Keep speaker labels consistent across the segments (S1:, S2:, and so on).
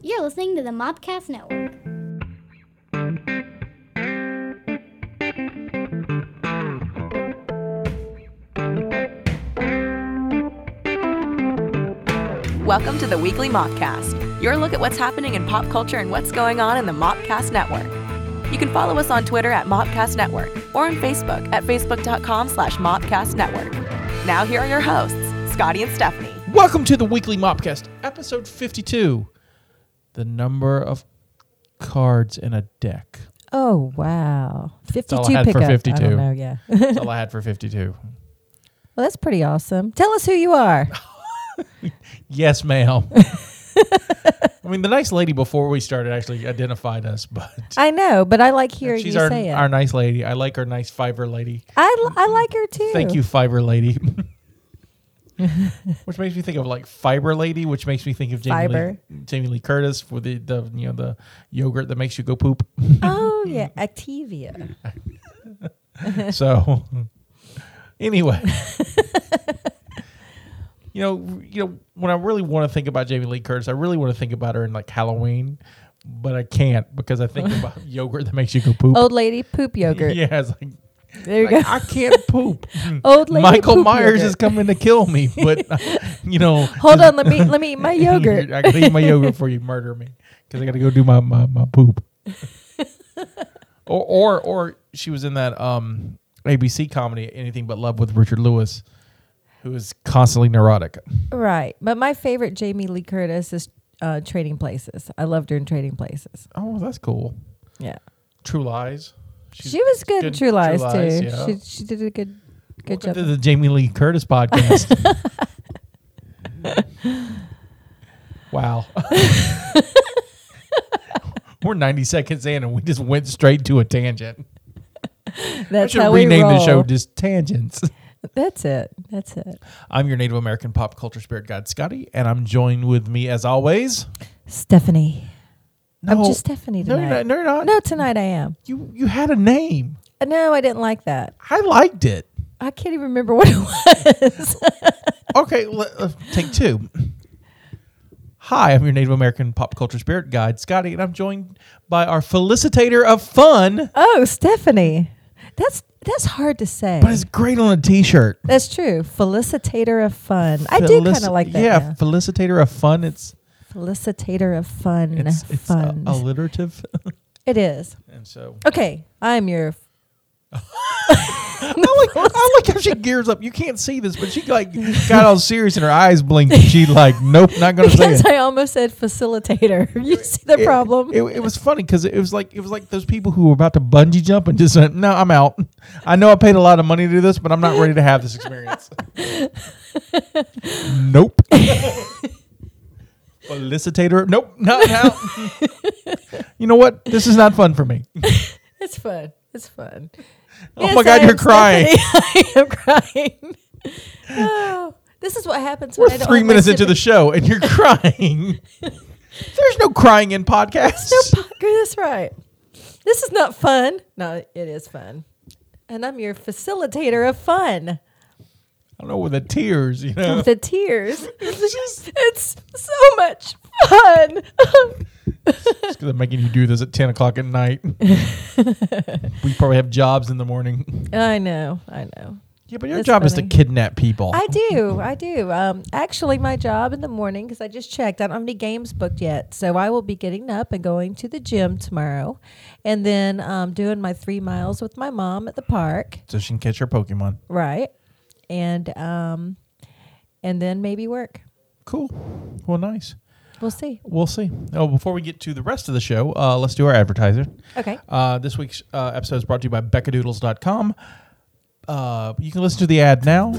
S1: You're listening to the Mobcast Network.
S2: Welcome to the weekly Mopcast, your look at what's happening in pop culture and what's going on in the Mopcast Network. You can follow us on Twitter at Mopcast Network or on Facebook at facebook.com slash Mopcast Network. Now here are your hosts, Scotty and Stephanie.
S3: Welcome to the weekly Mopcast, episode 52. The number of cards in a deck.
S4: Oh wow,
S3: all I
S4: fifty-two
S3: had for
S4: pickup. I
S3: 52.
S4: don't know, yeah. well,
S3: That's all I had for 52.
S4: that's pretty awesome. Tell us who you are.
S3: Yes, ma'am. I mean, the nice lady before we started actually identified us, but
S4: I know, but I like hearing
S3: she's
S4: you
S3: our,
S4: say it.
S3: our nice lady. I like our nice fiber lady.
S4: I, l- I like her too.
S3: Thank you, fiber lady. which makes me think of like fiber lady, which makes me think of Jamie,
S4: Fiber.
S3: Lee, Jamie Lee Curtis for the, the you know the yogurt that makes you go poop.
S4: Oh yeah, Activia.
S3: So anyway, you know, you know, when I really want to think about Jamie Lee Curtis, I really want to think about her in like Halloween, but I can't because I think about yogurt that makes you go poop.
S4: Old lady poop yogurt.
S3: Yeah, it's like,
S4: There you
S3: like,
S4: go.
S3: I can't poop.
S4: Old lady
S3: Michael
S4: poop
S3: Myers
S4: yogurt.
S3: is coming to kill me, but you know,
S4: Hold on, let me let me eat my yogurt.
S3: I gotta eat my yogurt before you murder me because I gotta go do my my, my poop. or or or she was in that um ABC comedy Anything But Love with Richard Lewis, who is constantly neurotic.
S4: right, but my favorite Jamie Lee Curtis is uh, Trading Places. I loved her in Trading Places.
S3: Oh, that's cool.
S4: Yeah,
S3: True Lies. She's
S4: she was good, in True Lies, too.
S3: yeah.
S4: She she did a good good
S3: Welcome to
S4: job.
S3: the Jamie Lee Curtis podcast. wow. We're 90 seconds in and we just went straight to a tangent.
S4: That's
S3: I should
S4: how we
S3: rename the show
S4: roll.
S3: just Tangents.
S4: That's it. That's it.
S3: I'm your Native American pop culture spirit guide, Scotty, and I'm joined with me as always.
S4: Stephanie. I'm just Stephanie
S3: No, you're
S4: tonight.
S3: not. No, you're not.
S4: No, tonight I am.
S3: You, you had a name.
S4: Uh, No, I didn't like that.
S3: I liked it.
S4: I can't even remember what it was.
S3: Okay, let, uh, take two. Hi, I'm your Native American pop culture spirit guide, Scotty, and I'm joined by our felicitator of fun,
S4: oh, Stephanie. That's that's hard to say.
S3: but it's great on a t-shirt.
S4: That's true. Felicitator of fun. I do kind
S3: Felici-
S4: of like that.
S3: Yeah,
S4: now.
S3: felicitator of fun. It's
S4: Felicitator of fun.
S3: it's, it's uh,
S4: fun.
S3: alliterative,
S4: it is.
S3: and so
S4: Okay. I'm your.
S3: I like, I like how she gears up. You can't see this, but she like got all serious and her eyes blinked. And she like, nope, not gonna say
S4: Because
S3: it.
S4: I almost said facilitator. you see the
S3: It-
S4: problem?
S3: It, it was funny because it was like it was like those people who were about to bungee jump and just said, "No, I'm out. I know I paid a lot of money to do this, but I'm not ready to have this experience." nope. Felicitator. Nope. Not out. you know what? This is not fun for me.
S4: it's fun. It's fun.
S3: oh my god,
S4: I
S3: you're
S4: am,
S3: crying.
S4: Stephanie. I am crying. Oh, this is what happens
S3: We're
S4: when I don't
S3: three
S4: have
S3: minutes
S4: my
S3: into the
S4: siblings.
S3: show and you're crying. There's no crying in podcasts.
S4: That's right. This is not fun. No, it is fun. And I'm your facilitator of fun.
S3: I don't know with the tears, you know.
S4: The tears.
S3: It's just
S4: It's so much fun.
S3: because they're making you do this at ten o'clock at night. we probably have jobs in the morning.
S4: I know. I know.
S3: Yeah, but your
S4: That's
S3: job is to
S4: funny.
S3: kidnap people.
S4: I do. I do. Um, actually, my job in the morning, because I just checked, I don't have any games booked yet. So I will be getting up and going to the gym tomorrow and then um, doing my three miles with my mom at the park.
S3: so she can catch her Pokemon.
S4: Right. And um, and then maybe work.
S3: Cool. Well, nice.
S4: We'll see.
S3: We'll see. Oh, before we get to the rest of the show, uh, let's do our advertiser.
S4: Okay.
S3: Uh, this week's uh, episode is brought to you by BeccaDoodles.com. Uh, you can listen to the ad now.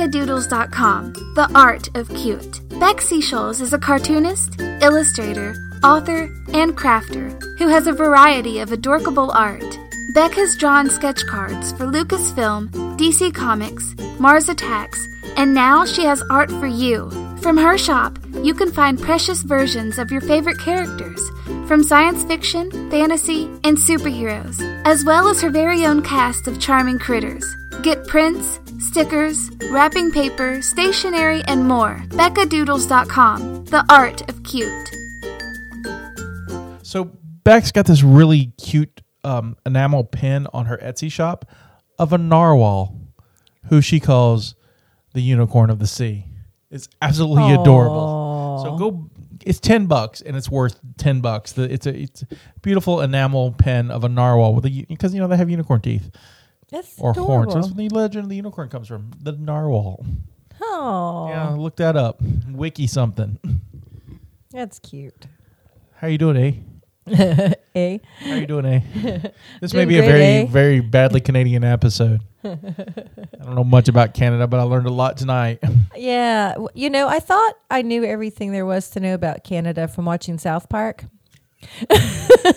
S5: BeccaDoodles.com, the art of cute. Beck Seashells is a cartoonist, illustrator, author, and crafter who has a variety of adorkable art. Beck has drawn sketch cards for Lucasfilm, DC Comics, Mars Attacks, and now she has art for you. From her shop, you can find precious versions of your favorite characters from science fiction, fantasy, and superheroes, as well as her very own cast of charming critters. Get prints, stickers, wrapping paper, stationery, and more. BeccaDoodles.com, the art of cute.
S3: So Beck's got this really cute um, enamel pin on her Etsy shop of a narwhal, who she calls the unicorn of the sea. It's absolutely adorable. So go. It's ten bucks and it's worth ten bucks. The, it's a it's a beautiful enamel pen of a narwhal with a because you know they have unicorn teeth
S4: That's
S3: or horns. That's
S4: adorable.
S3: where the legend of the unicorn comes from. The narwhal.
S4: Oh,
S3: Yeah, look that up. Wiki something.
S4: that's cute.
S3: How you doing, eh?
S4: Eh?
S3: How you doing, eh? This may
S4: Doing
S3: be a
S4: great,
S3: very,
S4: eh?
S3: very badly Canadian episode. I don't know much about Canada, but I learned a lot tonight.
S4: Yeah, w- you know, I thought I knew everything there was to know about Canada from watching South Park.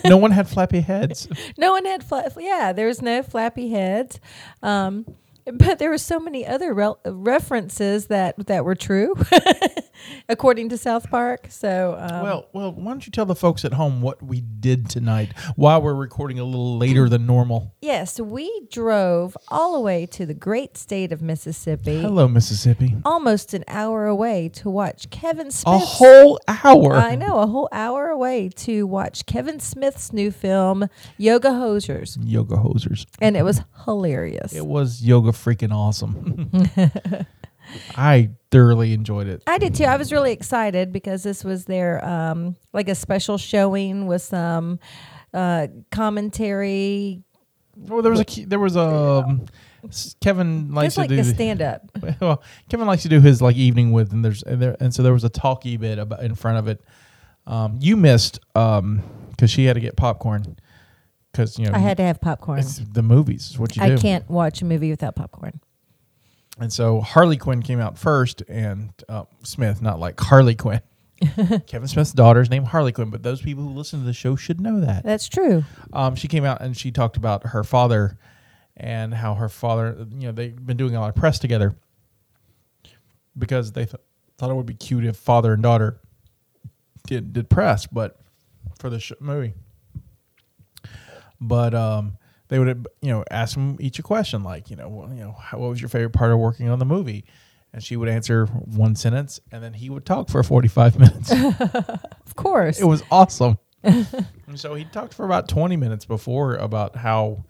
S3: no one had flappy heads.
S4: No one had fla- yeah, there was no flappy heads. Um, but there were so many other rel- references that that were true according to South Park. So, um,
S3: Well, well, why don't you tell the folks at home what we did tonight? Why we're recording a little later than normal.
S4: yes, we drove all the way to the great state of Mississippi.
S3: Hello, Mississippi.
S4: Almost an hour away to watch Kevin Smith.
S3: A whole hour.
S4: I know, a whole hour away to watch Kevin Smith's new film, Yoga Hosers.
S3: Yoga hosers.
S4: And it was hilarious.
S3: It was yoga freaking awesome. I thoroughly enjoyed it.
S4: I did too. I was really excited because this was their um, like a special showing with some uh, commentary.
S3: Well, there was a key- there was a um, s- Kevin likes
S4: It's like
S3: to do
S4: the
S3: the-
S4: stand up.
S3: well, Kevin likes to do his like evening with, and there's and, there, and so there was a talky bit about in front of it. Um, you missed um because she had to get popcorn because you know
S4: I had to have popcorn.
S3: it's the movies is what you do.
S4: I can't watch a movie without popcorn.
S3: And so Harley Quinn came out first, and uh, Smith, not like Harley Quinn. Kevin Smith's daughter's named Harley Quinn, but those people who listen to the show should know that.
S4: That's true.
S3: um, she came out and she talked about her father and how her father, you know, they've been doing a lot of press together because they th- thought it would be cute if father and daughter did did press, but for the sh- movie. But um, they would, you know, ask them each a question, like, you know, well, you know, how, what was your favorite part of working on the movie? And she would answer one sentence, and then he would talk for forty five minutes.
S4: Of course.
S3: It was awesome. and so he talked for about 20 minutes before about how,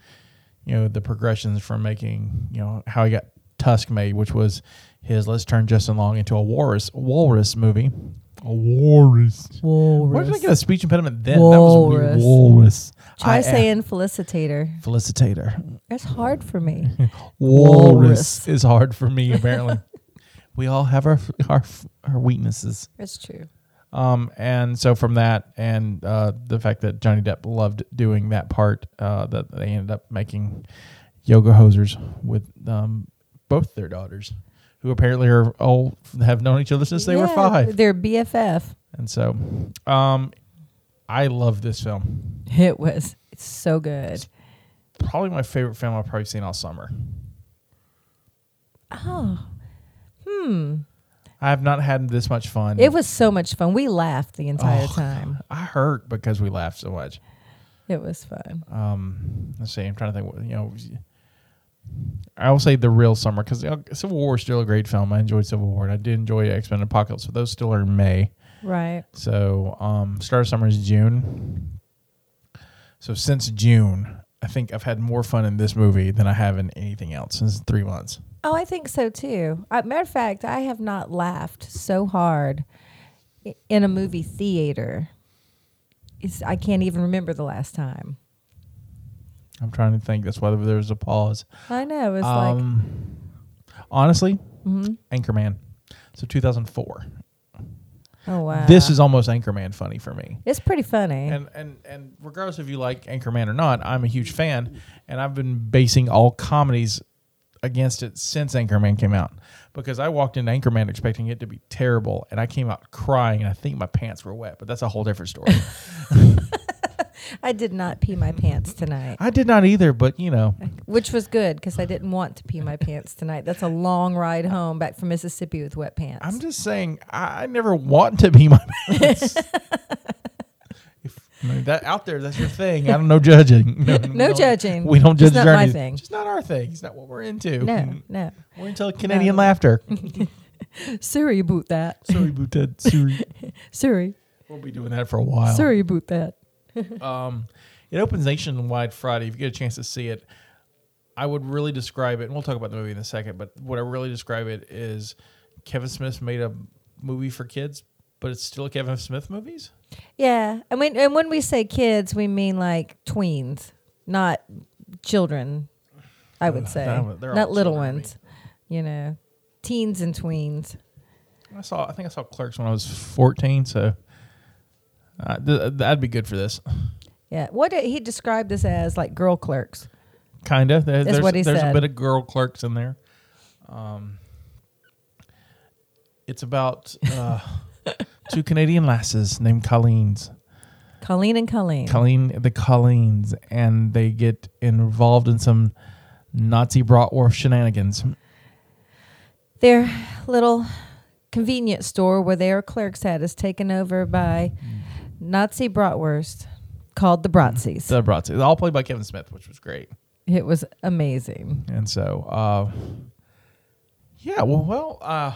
S3: you know, the progressions from making, you know, how he got Tusk made, which was his let's turn Justin Long into a walrus walrus movie. A walrus. Why did I get a speech impediment then? That was
S4: Walrus.
S3: weird. walrus.
S4: Try
S3: I am
S4: saying felicitator.
S3: felicitator.
S4: That's hard for me.
S3: Walrus,
S4: Walrus.
S3: is hard for me apparently. we all have our our our weaknesses.
S4: That's true.
S3: Um, and so from that, and uh, the fact that Johnny Depp loved doing that part, uh, that they ended up making yoga hosers with um, both their daughters, who apparently are all have known each other since they were
S4: Yeah,
S3: five.
S4: They're BFF.
S3: And so, um, I love this film.
S4: It was so good.
S3: Probably my favorite film I've probably seen all summer.
S4: Oh. Hmm.
S3: I have not had this much fun.
S4: It was so much fun. We laughed the entire
S3: Oh.
S4: time.
S3: I hurt because we laughed so much.
S4: It was fun.
S3: um let's see i'm trying to think what you know i will say the real summer because civil war is still a great film i enjoyed civil war and i did enjoy x-men apocalypse but those still are in may
S4: Right.
S3: so um start of summer is june so since june i think i've had more fun in this movie than i have in anything else since three months
S4: Oh, I think so too. Uh, matter of fact, I have not laughed so hard i- in a movie theater. It's, I can't even remember the last time.
S3: i'm trying to think that's why there was a pause
S4: I know. It's like, Mm-hmm.
S3: um honestly anchorman so 2004
S4: oh, wow.
S3: this is almost anchorman funny for me
S4: It's pretty funny.
S3: and and and regardless if you like Anchorman or not, I'm a huge fan, and I've been basing all comedies against it since Anchorman came out because I walked into Anchorman expecting it to be terrible, and I came out crying, and I think my pants were wet, but that's a whole different story.
S4: I did not pee my pants tonight,
S3: I did not either, but you know,
S4: which was good because I didn't want to pee my pants tonight. That's a long ride home back from Mississippi with wet pants.
S3: I'm just saying I I never want to be my pants. If I mean, that out there, that's your thing. I don't know judging. No, we don't-
S4: judging.
S3: We don't judge.
S4: It's not my
S3: journeys.
S4: thing.
S3: It's not our thing. It's not what we're into.
S4: no, no.
S3: We're into Canadian laughter.
S4: Siri, boot that.
S3: Sorry about that. Sorry.
S4: Siri,
S3: We'll be doing that for a while.
S4: Siri, boot that.
S3: um, it opens nationwide Friday. If you get a chance to see it, I would really describe it, and we'll talk about the movie in a second. But what I really describe it is Kevin Smith made a movie for kids, but it's still Kevin Smith movies.
S4: Yeah, I mean, and when we say kids, we mean like tweens, not children. I would say
S3: Uh, they're- they're all
S4: not little
S3: children to me.
S4: ones, you know, teens and tweens.
S3: I saw. I think I saw Clerks when I was fourteen, so uh, th- that'd be good for this.
S4: Yeah, what did he described this as like girl clerks.
S3: Kinda. There, there's
S4: what he
S3: there's
S4: said.
S3: a bit of girl clerks in there. Um, it's about uh, two Canadian lasses named Colleens.
S4: Colleen and Colleen.
S3: Colleen, the Colleens, and they get involved in some Nazi bratwurst shenanigans.
S4: Their little convenience store where their clerks at is taken over by Nazi bratwurst called the Bratzies.
S3: Mm. The bratwurst, all played by Kevin Smith, which was great.
S4: it was amazing.
S3: And so, uh, yeah, well, well, uh,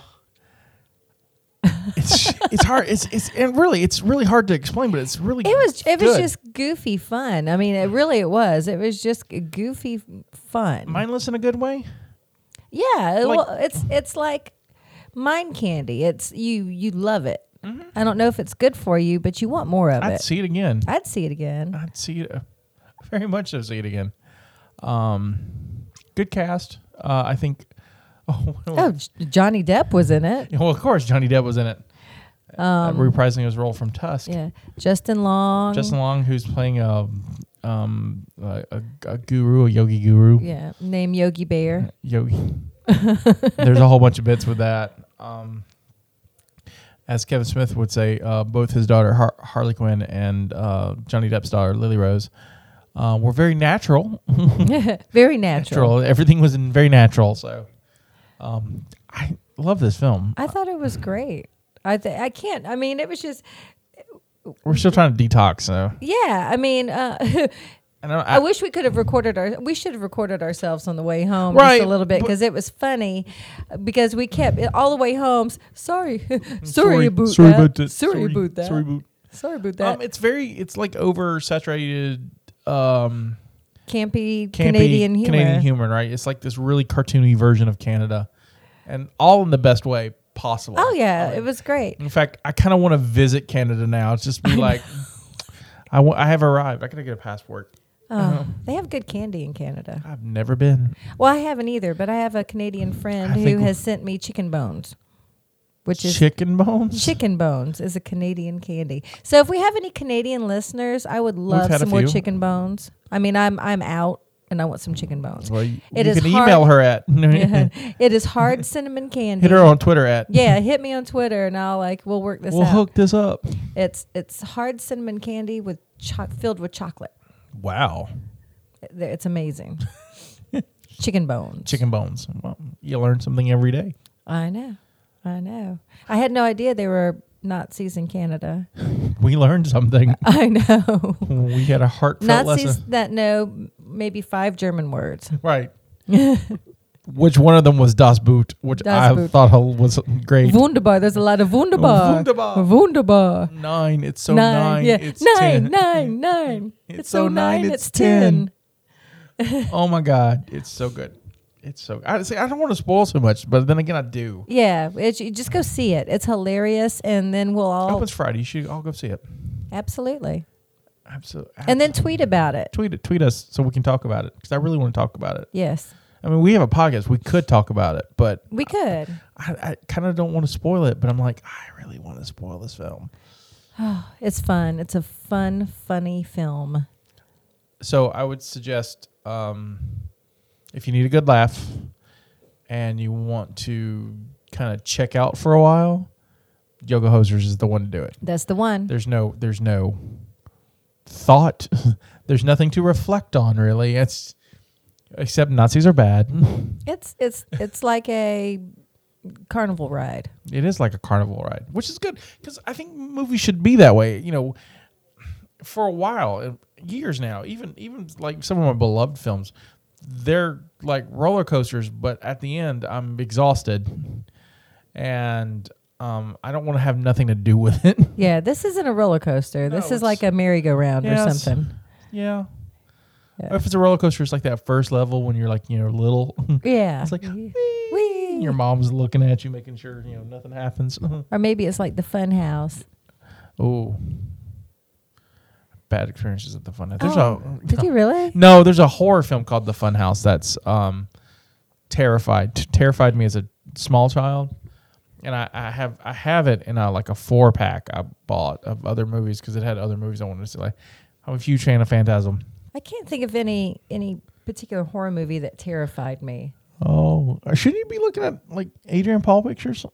S3: it's it's hard. It's it's and really it's really hard to explain, but it's really
S4: It was it was
S3: good.
S4: just goofy fun. I mean, it really it was. It was just g- goofy f- fun.
S3: mindless in a good way.
S4: yeah,
S3: Like-
S4: well, it's it's like mind candy. It's you you love it. I don't know if it's good for you, but you want more of
S3: Mm-hmm. I'd
S4: it.
S3: see it again.
S4: I'd see it again.
S3: I'd see it uh, very much. So see it again. Um, good cast. Uh, I think. Oh,
S4: Oh, J- Johnny Depp was in it.
S3: well, of course, Johnny Depp was in it, uh, reprising his role from Tusk.
S4: Um, Yeah, Justin Long.
S3: Justin Long, who's playing a um a, a, a guru, a yogi guru,
S4: Yeah, name Yogi Bear.
S3: yogi. There's a whole bunch of bits with that. Um, as Kevin Smith would say, uh, both his daughter Har- Harley Quinn and uh, Johnny Depp's daughter Lily Rose uh, were very natural.
S4: Very natural.
S3: natural. Everything was in very natural. So, um, I love this film.
S4: I thought it was great. I th- I can't. I mean, it was just
S3: We're still trying to detox, so
S4: yeah. I mean, uh,
S3: and I, don't- I-
S4: I wish we could have recorded our. We should have recorded ourselves on the way home just
S3: Right,
S4: a little bit
S3: but-
S4: because it was funny. Because we kept it all the way home. s- Sorry, sorry, about
S3: Mm, sorry
S4: that.
S3: about that.
S4: Sorry, about that.
S3: Sorry about
S4: Sorry about that.
S3: Um, it's very, it's like oversaturated um,
S4: campy,
S3: campy
S4: Canadian humor.
S3: Canadian humor, right? It's like this really cartoony version of Canada, and all in the best way possible.
S4: Oh yeah, it was great.
S3: In fact, I kind of want to visit Canada now. It's just be like, I wa- I have arrived. I gotta get a passport. uh-huh.
S4: Oh, they have good candy in Canada.
S3: I've never been.
S4: Well, I haven't either, but I have a Canadian friend
S3: I
S4: who
S3: think-
S4: has sent me chicken bones, which is
S3: Chicken bones.
S4: chicken bones is a Canadian candy. So if we have any Canadian listeners, I would love
S3: had a
S4: some more
S3: few.
S4: chicken bones. I mean, I'm I'm out and I want some chicken bones.
S3: Well, you,
S4: It
S3: you
S4: is
S3: can
S4: hard-
S3: email her at
S4: it is hard cinnamon candy.
S3: hit her on Twitter at
S4: Yeah, hit me on Twitter and I'll like we'll work this
S3: we'll
S4: out.
S3: hook this up.
S4: It's it's hard cinnamon candy with cho- filled with chocolate.
S3: Wow,
S4: It's amazing. chicken bones.
S3: chicken bones. Well, you learn something every day.
S4: I know. I know. I had no idea they were Nazis in Canada.
S3: We learned something.
S4: I know.
S3: we had a heartfelt
S4: Uh, Nazis
S3: lesson.
S4: that know maybe five German words.
S3: Right. which one of them was Das Boot, which
S4: Das
S3: I
S4: Boot.
S3: thought was great.
S4: Wunderbar. There's a lot of wunderbar.
S3: Wunderbar.
S4: Wunderbar.
S3: nine. It's so nine.
S4: yeah.
S3: It's ten.
S4: nine, nine, nine.
S3: It's so nine, it's ten. Oh my God, it's so good. It's so. I see. I don't want to spoil so much, but then again, I do.
S4: Yeah, it's, you just go see it. It's hilarious, and then we'll all
S3: Opens Friday. You should all go see it.
S4: absolutely,
S3: Absolutely.
S4: and then tweet about it.
S3: tweet it, tweet us so we can talk about it because I really want to talk about it.
S4: Yes,
S3: I mean, we have a podcast. We could talk about it, but
S4: we could.
S3: I, I kind of don't want to spoil it. But I'm like, I really want to spoil this film.
S4: It's fun. It's a fun, funny film.
S3: So I would suggest um, if you need a good laugh and you want to kind of check out for a while, Yoga Hosers is the one to do it.
S4: That's the one.
S3: There's no, there's no thought. there's nothing to reflect on really. It's except Nazis are bad.
S4: It's it's it's like a carnival ride.
S3: It is like a carnival ride, which is good because I think movies should be that way. You know, for a while, uh, years now, even even like some of my beloved films, they're like roller coasters. But at the end, I'm exhausted, and um, I don't want to have nothing to do with it.
S4: Yeah, this isn't a roller coaster. this
S3: it's-
S4: is like a merry-go-round or
S3: Yes.
S4: something.
S3: yeah.
S4: Yeah.
S3: If it's a roller coaster, it's like that first level when you're like, you know, little.
S4: Yeah.
S3: it's like,
S4: Whee!
S3: your mom's looking at you, making sure, you know, nothing happens.
S4: Or maybe it's like the fun house.
S3: oh. Bad experiences at the fun house. There's
S4: Oh,
S3: a,
S4: Did you really?
S3: No, there's a horror film called The Fun House that's um, terrified t- terrified me as a small child, and I, I have I have it in a like a four pack I bought of other movies because it had other movies I wanted to see. Like I'm a huge fan of Phantasm.
S4: I can't think of any any particular horror movie that terrified me.
S3: Oh, shouldn't you be looking at like Adrian Paul pictures?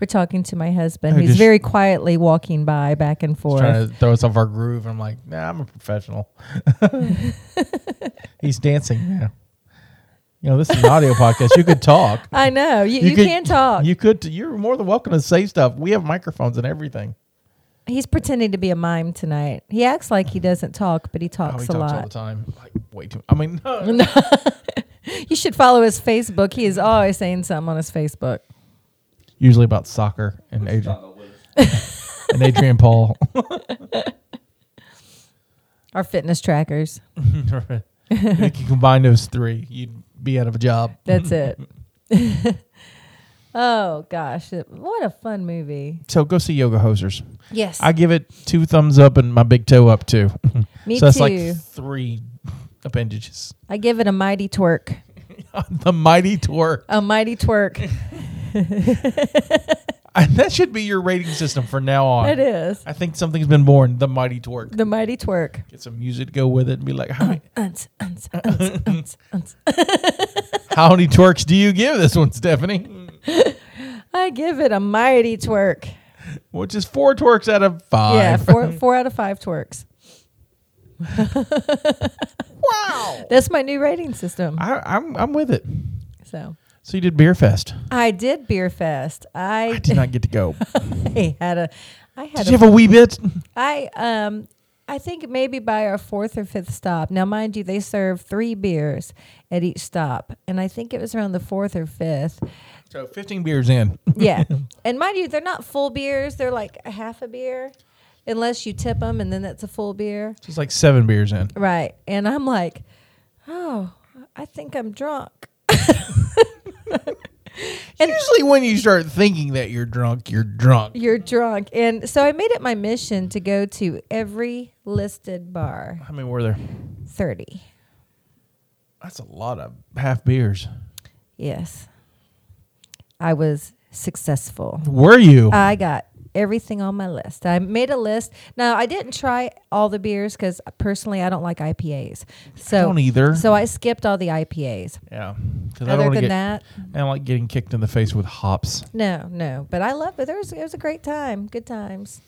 S4: We're talking to my husband.
S3: I
S4: He's
S3: Oh, just-
S4: very quietly walking by back and forth.
S3: Trying to throw us off our groove. I'm like, nah, I'm a professional. He's dancing now. You know, this is an audio podcast. You could talk.
S4: I know. You, you,
S3: could-
S4: can talk.
S3: You could. You're more than welcome to say stuff. We have microphones and everything.
S4: He's pretending to be a mime tonight. He acts like he doesn't talk, but he
S3: Oh,
S4: talks
S3: he talks
S4: a
S3: all the
S4: lot.
S3: time. Like way too. I mean,
S4: You should follow his Facebook. He is always saying something on his Facebook.
S3: usually about soccer and Adrian and Adrian Paul.
S4: Our fitness trackers.
S3: if you combine those three, you'd be out of a job.
S4: That's it. oh gosh, it- what a fun movie!
S3: So go see Yoga Hosers.
S4: Yes,
S3: I give it two thumbs up and my big toe up too.
S4: me
S3: so that's
S4: too.
S3: like three appendages.
S4: I give it a mighty twerk.
S3: the mighty twerk.
S4: A mighty twerk.
S3: that should be your rating system from now on.
S4: it is
S3: I think something's been born. The mighty twerk.
S4: the mighty twerk.
S3: Get some music to go with it and be like, how many,
S4: Unts, unts, unts, unts, unts.
S3: how many twerks do you give this one, Stephanie?
S4: I give it a mighty twerk.
S3: Which is four twerks out of five.
S4: Yeah, four four out of five twerks.
S3: Wow.
S4: That's my new rating system.
S3: I, I'm I'm with it.
S4: So
S3: So you did beer fest.
S4: I did beer fest.
S3: I
S4: I,
S3: did not get to go.
S4: I had a. I had
S3: did
S4: a
S3: you have a wee bit?
S4: I um I think maybe by our fourth or fifth stop. Now, mind you, they serve three beers at each stop, and I think it was around the fourth or fifth.
S3: So 15 beers in.
S4: Yeah, and mind you, they're not full beers; they're like a half a beer, unless you tip them, and then that's a full beer,
S3: Just like seven beers in.
S4: right? And I'm like, oh, I think I'm drunk.
S3: Usually when you start thinking that you're drunk, you're drunk.
S4: You're drunk, and so I made it my mission to go to every listed bar.
S3: How many were there?
S4: Thirty.
S3: That's a lot of half beers.
S4: Yes, I was successful.
S3: Were you?
S4: I got everything on my list. I made a list. Now I didn't try all the beers because personally I don't like IPAs. So
S3: don't either.
S4: So I skipped all the IPAs.
S3: yeah. Because I don't
S4: Other
S3: want to
S4: than
S3: get.
S4: that,
S3: I don't like getting kicked in the face with hops.
S4: no, no. But I love it. There was, it was a great time. Good times.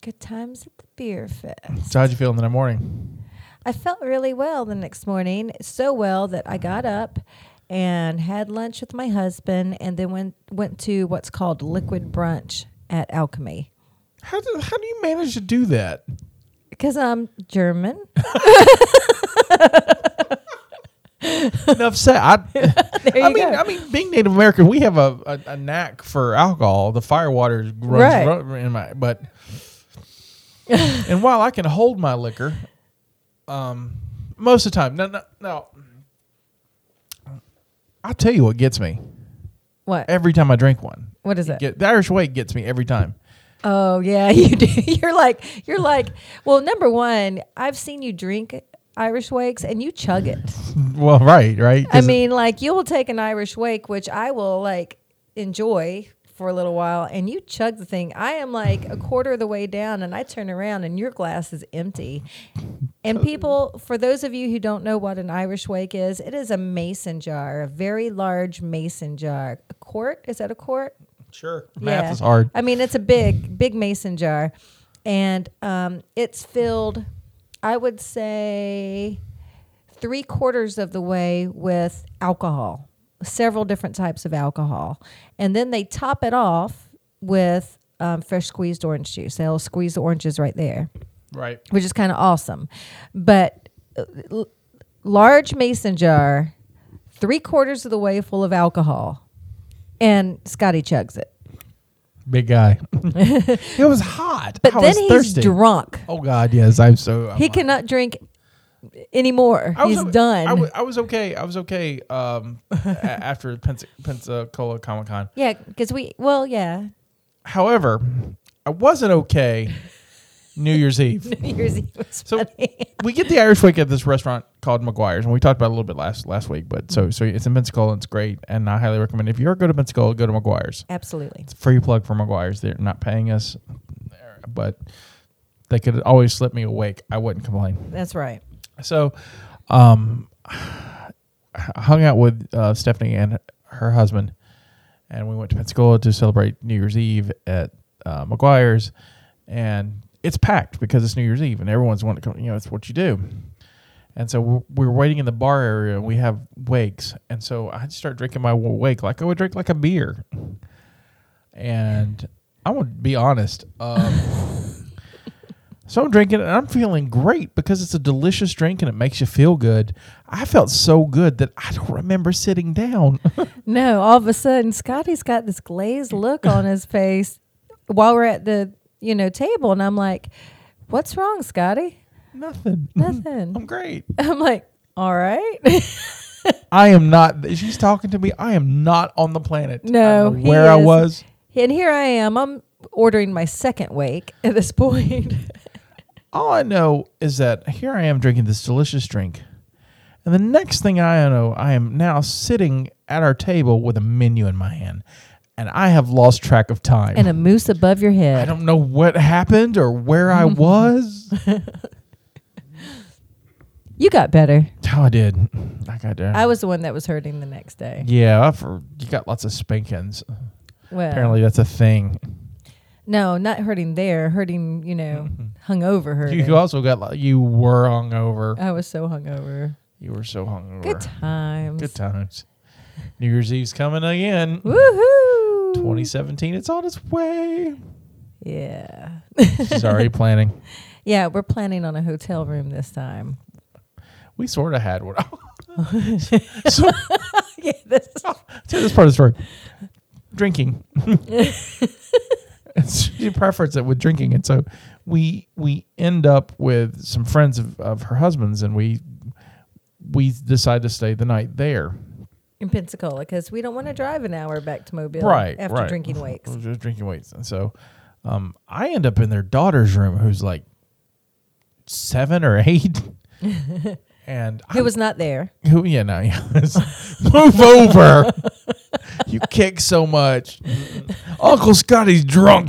S4: Good times at the beer fest.
S3: So how'd you feel in the morning?
S4: I felt really well the next morning, so well that I got up and had lunch with my husband, and then went went to what's called liquid brunch at Alchemy.
S3: How do how do you manage to do that?
S4: Because I'm German.
S3: Enough said. I,
S4: There you
S3: I mean,
S4: go.
S3: I mean, being Native American, we have a, a, a knack for alcohol. The fire water runs
S4: Right.
S3: ru- in my but. and while I can hold my liquor, um, most of the time, no, no, no. I'll tell you what gets me
S4: What?
S3: every time I drink one.
S4: What is it?
S3: Get, the Irish Way gets me every time.
S4: oh yeah, you do. You're like you're like. Well, number one, I've seen you drink Irish wakes and you chug it.
S3: Well, right, right.
S4: I
S3: 'cause
S4: mean, like you will take an Irish wake, which I will like enjoy for a little while, and you chug the thing. I am like a quarter of the way down, and I turn around, and your glass is empty. And people, for those of you who don't know what an Irish wake is, it is a mason jar, a very large mason jar. A quart? Is that a quart?
S3: sure, math is hard.
S4: I mean, it's a big, big mason jar, and um, it's filled. I would say three quarters of the way with alcohol, several different types of alcohol, and then they top it off with um, fresh squeezed orange juice. They'll squeeze the oranges right there
S3: Right.
S4: which is kind of awesome. But uh, l- large mason jar, three quarters of the way full of alcohol, and Scotty chugs it.
S3: Big guy. it was hot.
S4: But
S3: I
S4: then
S3: was
S4: he's
S3: thirsty.
S4: drunk.
S3: Oh God, yes, I'm so. I'm
S4: he cannot drink anymore.
S3: I was
S4: He's
S3: o-
S4: done.
S3: I wa- I was okay. I was okay. Um, a- after Pensa- Pensacola Comic Con,
S4: yeah, because we well, yeah.
S3: however, I wasn't okay. New Year's Eve.
S4: New Year's Eve was
S3: So
S4: funny.
S3: we get the Irish wake at this restaurant called McGuire's, and we talked about it a little bit last last week. But so so it's in Pensacola, and it's great, and I highly recommend if you ever go to Pensacola, go to McGuire's.
S4: Absolutely.
S3: free plug for McGuire's. They're not paying us, but they could always slip me awake. I wouldn't complain.
S4: That's right.
S3: So, um, I hung out with uh, Stephanie and her husband, and we went to Pensacola to celebrate New Year's Eve at uh, McGuire's, and it's packed because it's New Year's Eve, and everyone's wanting to come. You know, it's what you do. And so we're, we're waiting in the bar area, and we have wakes, and so I start drinking my wake like I would drink like a beer, and I would be honest. Um, So I'm drinking it and I'm feeling great because it's a delicious drink and it makes you feel good. I felt so good that I don't remember sitting down.
S4: No, all of a sudden Scotty's got this glazed look on his face while we're at the, you know, table and I'm like, "What's wrong, Scotty?"
S3: Nothing.
S4: Nothing.
S3: I'm great.
S4: I'm like, "All right."
S3: I am not. She's talking to me. I am not on the planet. I
S4: No,
S3: don't know
S4: he
S3: where I
S4: is-
S3: was.
S4: and here I am. I'm ordering my second wake at this point.
S3: All I know is that here I am drinking this delicious drink. And the next thing I know, I am now sitting at our table with a menu in my hand. And I have lost track of time.
S4: and a moose above your
S3: I
S4: head.
S3: don't know what happened or where I was.
S4: You got better.
S3: How Oh, I did. I got there.
S4: I was the one that was hurting the next day.
S3: Yeah, for you got lots of spankings.
S4: Well,
S3: Apparently, that's a thing.
S4: no, not hurting there, hurting, you know, hungover hurting.
S3: Mm-hmm. You also got lo- you were hungover.
S4: I was so hungover.
S3: You were so hungover.
S4: Uh, Good times.
S3: Good times. New Year's Eve's coming again.
S4: Woohoo!
S3: 2017, it's on its way.
S4: Yeah.
S3: She's already planning.
S4: Yeah, we're planning on a hotel room this time.
S3: We sort of had one. so,
S4: yeah, this
S3: to this part of the story, drinking. It's- she preference it with drinking, and so we we end up with some friends of, of her husband's, and we we decide to stay the night there.
S4: in Pensacola because we don't want to drive an hour back to Mobile
S3: right
S4: after
S3: right. Mm-hmm.
S4: drinking wakes.
S3: We're just drinking weights, and so um, I end up in their daughter's room, who's like seven or eight, and I
S4: Who was not there?
S3: who yeah no yeah it's- move over. you kick so much. Uncle Scotty's drunk.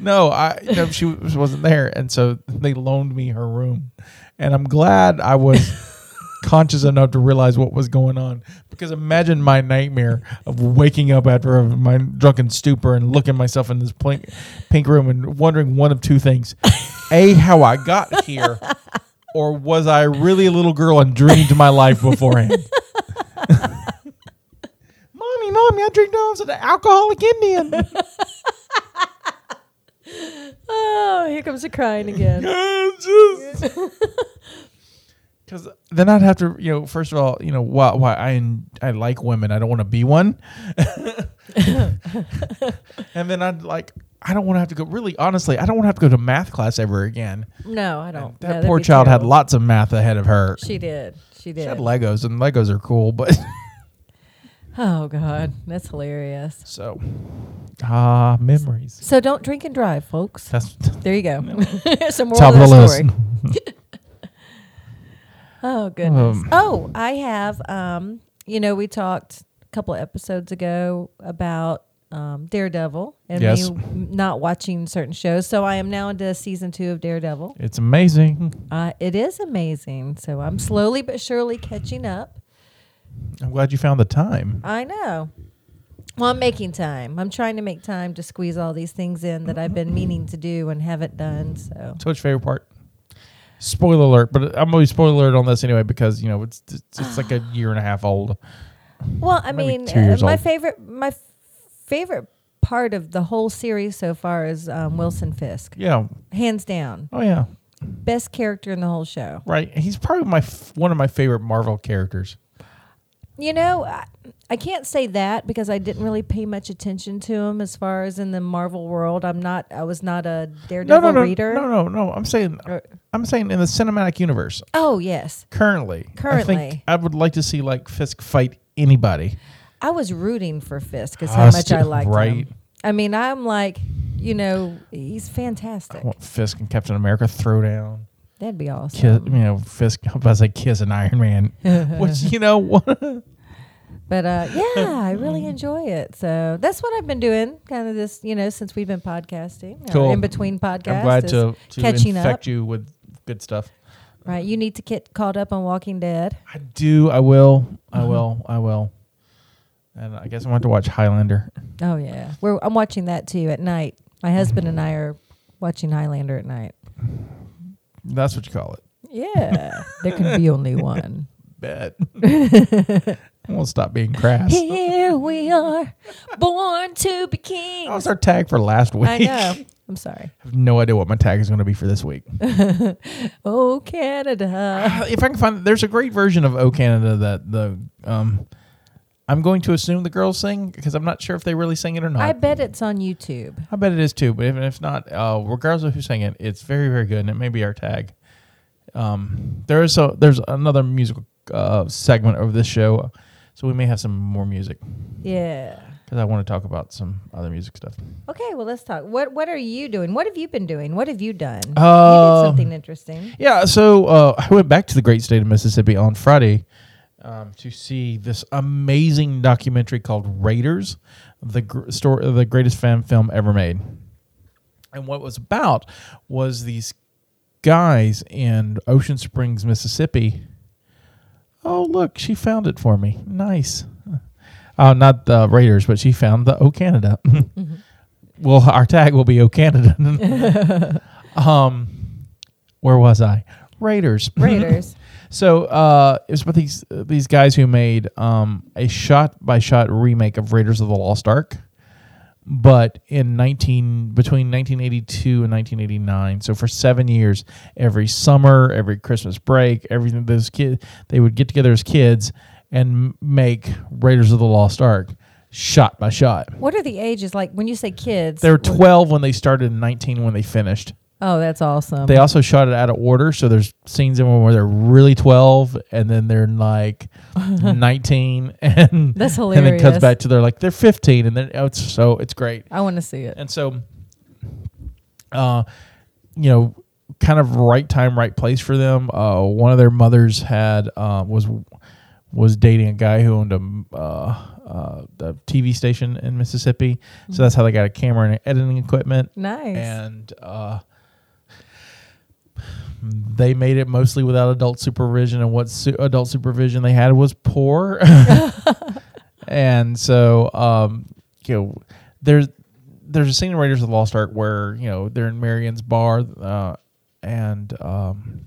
S3: no, I no she was- wasn't there, and so they loaned me her room, and I'm glad I was. conscious enough to realize what was going on because imagine my nightmare of waking up after a- my drunken stupor and looking myself in this pink, pink room and wondering one of two things a how i got here or was I really a little girl and dreamed my life beforehand? mommy, mommy, I dreamed I was an alcoholic Indian.
S4: Oh, here comes the crying again.
S3: Because then I'd have to, you know, first of all, you know, why, why I I like women, I don't want to be one, and then I'd like, I don't want to have to go. Really, honestly, I don't want to have to go to math class ever again.
S4: No, I don't. No,
S3: That
S4: that'd
S3: poor
S4: be
S3: child had
S4: terrible.
S3: lots of math ahead of her.
S4: She did. She
S3: she
S4: did.
S3: had Legos, and Legos are cool, but.
S4: Oh God, that's hilarious.
S3: So, ah, memories.
S4: So don't drink and drive, folks.
S3: That's
S4: There you go. Some more
S3: top of the list.
S4: Oh goodness.
S3: Um,
S4: oh, I have. Um, you know, we talked a couple of episodes ago about um, Daredevil and
S3: Yes.
S4: me not watching certain shows. So I am now into season two of Daredevil.
S3: It's amazing.
S4: Uh, it is amazing. So I'm slowly but surely catching up.
S3: I'm glad you found the time.
S4: I know. Well, I'm making time. I'm trying to make time to squeeze all these things in that I've been meaning to do and haven't done. So
S3: So, what's your favorite part? Spoiler alert, but I'm gonna be spoiler alert on this anyway because you know it's it's, it's like a year and a half old.
S4: Well, I
S3: Maybe
S4: mean,
S3: two years
S4: uh, my
S3: old.
S4: favorite my f- favorite part of the whole series so far is um, Wilson Fisk,
S3: Yeah.
S4: hands down,
S3: Oh yeah.
S4: best character in the whole show.
S3: Right. He's probably my f- one of my favorite Marvel characters.
S4: You know, I, I can't say that because I didn't really pay much attention to him as far as in the Marvel world. I'm not. I was not a
S3: No,
S4: daredevil
S3: no, no,
S4: reader.
S3: no, no, no. I'm saying,
S4: Or-
S3: I'm saying in the cinematic universe
S4: Oh yes,
S3: currently. I, think
S4: Currently.
S3: I would like to see like Fisk fight anybody.
S4: I was rooting for Fisk because how much I
S3: Hostage-
S4: liked
S3: right.
S4: him. I mean, I'm like, you know, he's fantastic.
S3: I want Fisk and Captain America throw down.
S4: That'd be awesome.
S3: Kiss, you know, Fisk. I was about to say kiss an Iron Man, which you know, what,
S4: But uh, yeah, I really enjoy it. So that's what I've been doing, kind of this, you know, since we've been podcasting, or
S3: Cool.
S4: in between podcasts.
S3: I'm glad
S4: is
S3: to, to
S4: catching
S3: infect
S4: up.
S3: you with good stuff.
S4: Right, you need to get caught up on Walking Dead.
S3: I do. I will.
S4: Uh-huh.
S3: I will. I will. And I guess I want to watch Highlander.
S4: Oh yeah, We're, I'm watching that too at night. My husband and I are watching Highlander at night.
S3: That's what you call it.
S4: Yeah, there can be only one.
S3: Bet. I won't stop being crass.
S4: Here we are, born to be
S3: That was
S4: kings.
S3: our tag for last week.
S4: I know. I'm sorry.
S3: I have no idea what my tag is going to be for this week. Uh,
S4: Oh Canada.
S3: if I can find, there's a great version of "O Canada" that the um, I'm going to assume the girls sing because I'm not sure if they really sing it or not.
S4: I bet it's on YouTube.
S3: I bet it is too. But even if not, uh, regardless of who sang it, it's very very good, and it may be our tag. Um, there is a there's another musical uh, segment of this show, so we may have some more music
S4: Yeah.
S3: because I want to talk about some other music stuff.
S4: Okay, well let's talk. What what are you doing? What have you been doing? What have you done? you
S3: Uh,
S4: did something interesting.
S3: Yeah, so uh, I went back to the great state of Mississippi on Friday um, to see this amazing documentary called Raiders, the gr- story, the greatest fan film ever made. And what it was about was these guys in Ocean Springs, Mississippi. Oh, look, she found it for me. Nice. Oh, not the Raiders, but she found the O Canada. Well, our tag will be O Canada. um, where was I? Raiders.
S4: Raiders.
S3: So uh, it was about these these guys who made um, a shot by shot remake of Raiders of the Lost Ark, but in nineteen between nineteen eighty two and nineteen eighty nine. So for seven years, every summer, every Christmas break, everything those kids they would get together as kids and m- make Raiders of the Lost Ark shot by shot.
S4: what are the ages like when you say kids?
S3: They were
S4: what-
S3: twelve when they started and nineteen when they finished.
S4: Oh, that's awesome.
S3: They also shot it out of order, so there's scenes in one where they're really 12 and then they're like 19 and
S4: That's
S3: And then it cuts
S4: hilarious.
S3: back to they're like they're 15 and then oh, it's so it's great.
S4: I want to see it.
S3: And so uh you know, kind of right time, right place for them. Uh one of their mothers had uh, was was dating a guy who owned a uh, uh, a TV station in Mississippi,
S4: Mm-hmm.
S3: so that's how they got a camera and editing equipment
S4: Nice.
S3: and uh, they made it mostly without adult supervision, and what su- adult supervision they had was poor, and so um, you know, there's there's a scene in Raiders of the Lost Ark where you know they're in Marion's bar, uh, and um,